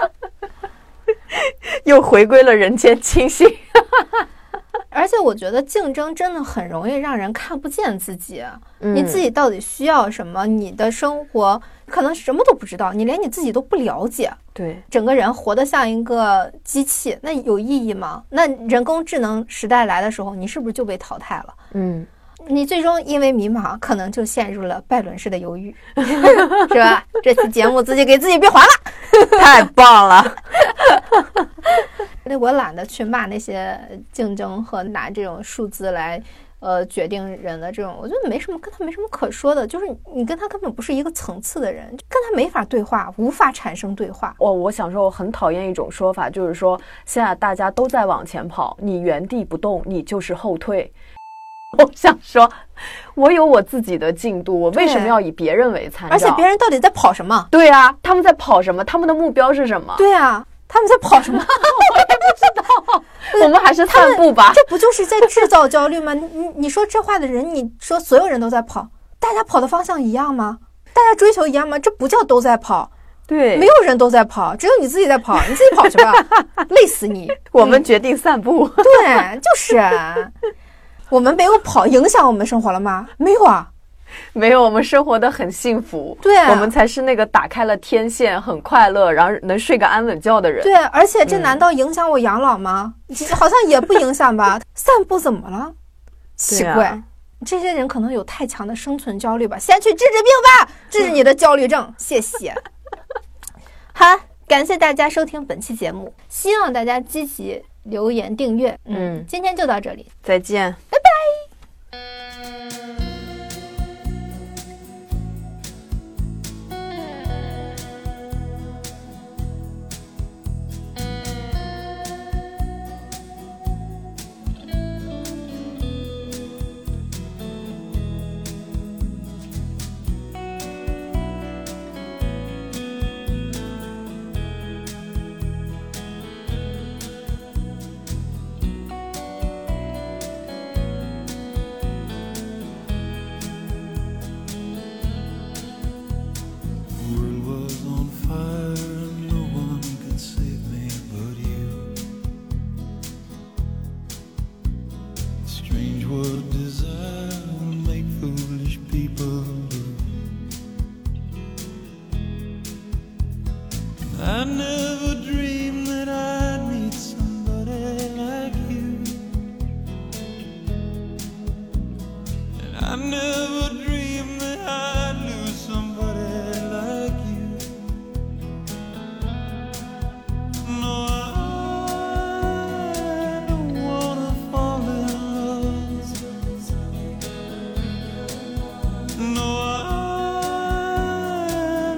Speaker 2: 又回归了人间清醒。
Speaker 1: 而且我觉得竞争真的很容易让人看不见自己，你
Speaker 2: 嗯
Speaker 1: 自己到底需要什么，你的生活可能什么都不知道，你连你自己都不了解。
Speaker 2: 对
Speaker 1: 整个人活得像一个机器，那有意义吗？那人工智能时代来的时候，你是不是就被淘汰了？
Speaker 2: 嗯，
Speaker 1: 你最终因为迷茫，可能就陷入了拜伦式的犹豫， 是吧？这期节目自己给自己闭环了。
Speaker 2: 太棒了。
Speaker 1: 那我懒得去骂那些竞争和拿这种数字来，呃，决定人的这种，我觉得没什么，跟他没什么可说的。就是你跟他根本不是一个层次的人，跟他没法对话，无法产生对话。
Speaker 2: 哦我我想说，我很讨厌一种说法，就是说现在大家都在往前跑，你原地不动，你就是后退。 我想说，我有我自己的进度，我为什么
Speaker 1: 对
Speaker 2: 要以别人为参照？
Speaker 1: 而且别人到底在跑什么？
Speaker 2: 对啊，他们在跑什么？他们的目标是什么？
Speaker 1: 对啊，他们在跑什么？
Speaker 2: 我们还是散步吧。
Speaker 1: 这不就是在制造焦虑吗？你 你你说这话的人，你说所有人都在跑，大家跑的方向一样吗？大家追求一样吗？这不叫都在跑，
Speaker 2: 对
Speaker 1: 没有人都在跑，只有你自己在跑，你自己跑去吧，累死你！
Speaker 2: 我
Speaker 1: 嗯
Speaker 2: 们决定散步。
Speaker 1: 对，就是啊，我们没有跑，影响我们生活了吗？没有啊，
Speaker 2: 没有，我们生活的很幸福。
Speaker 1: 对啊
Speaker 2: 我们才是那个打开了天线，很快乐，然后能睡个安稳觉的人。嗯
Speaker 1: 对，而且这难道影响我养老 吗？好像也不影响吧。散步怎么了？奇
Speaker 2: 对啊
Speaker 1: 怪，这些人可能有太强的生存焦虑吧。先去治治病吧，治治你的焦虑症，谢谢。 好，感谢大家收听本期节目，希望大家积极留言订阅。
Speaker 2: 嗯
Speaker 1: 今天就到这里，
Speaker 2: 再见。
Speaker 4: The world was on fire and no one could save me but you. Strange what desire will make foolish people do. I never dreamed that I'd meet somebody like you. And I never dreamed that I'd lose somebody like you. No, I don't wanna fall in love. No, I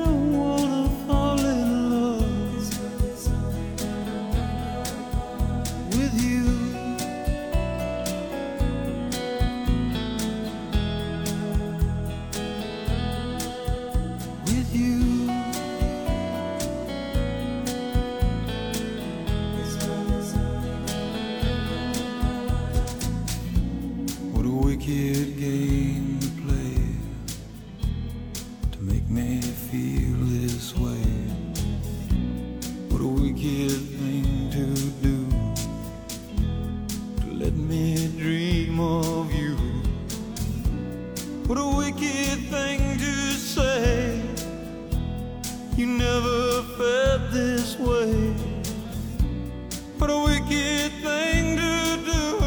Speaker 4: don't wanna fall in love with you. with you. What a wicked game to play to make me feel this way. What a wicked thing to do to let me dream of you. What a wicked thing to say. You never felt this way. What a wicked thing to do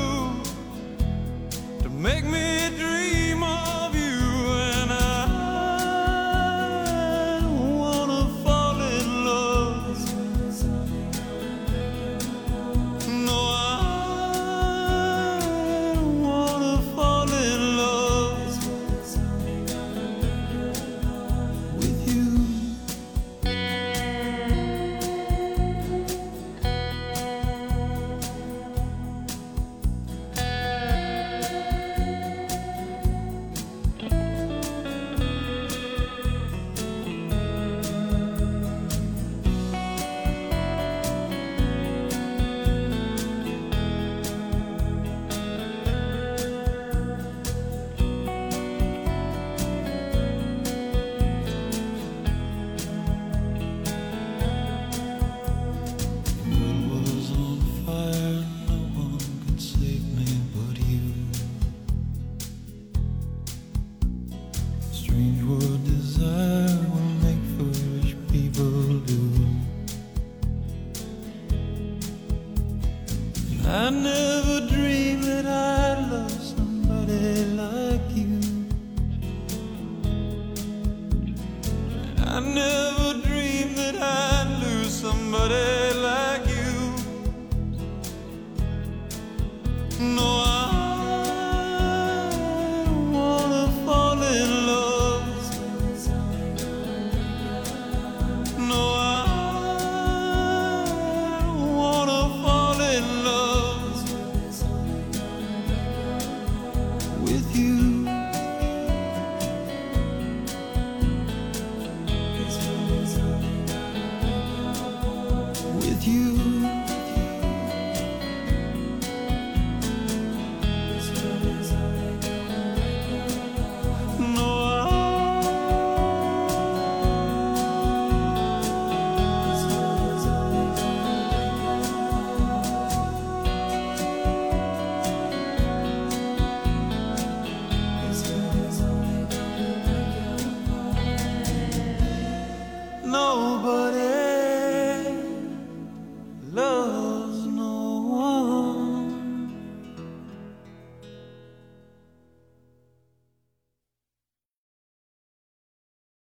Speaker 4: to make me dream of you. And I don't wanna I never dreamed that I'd lose somebody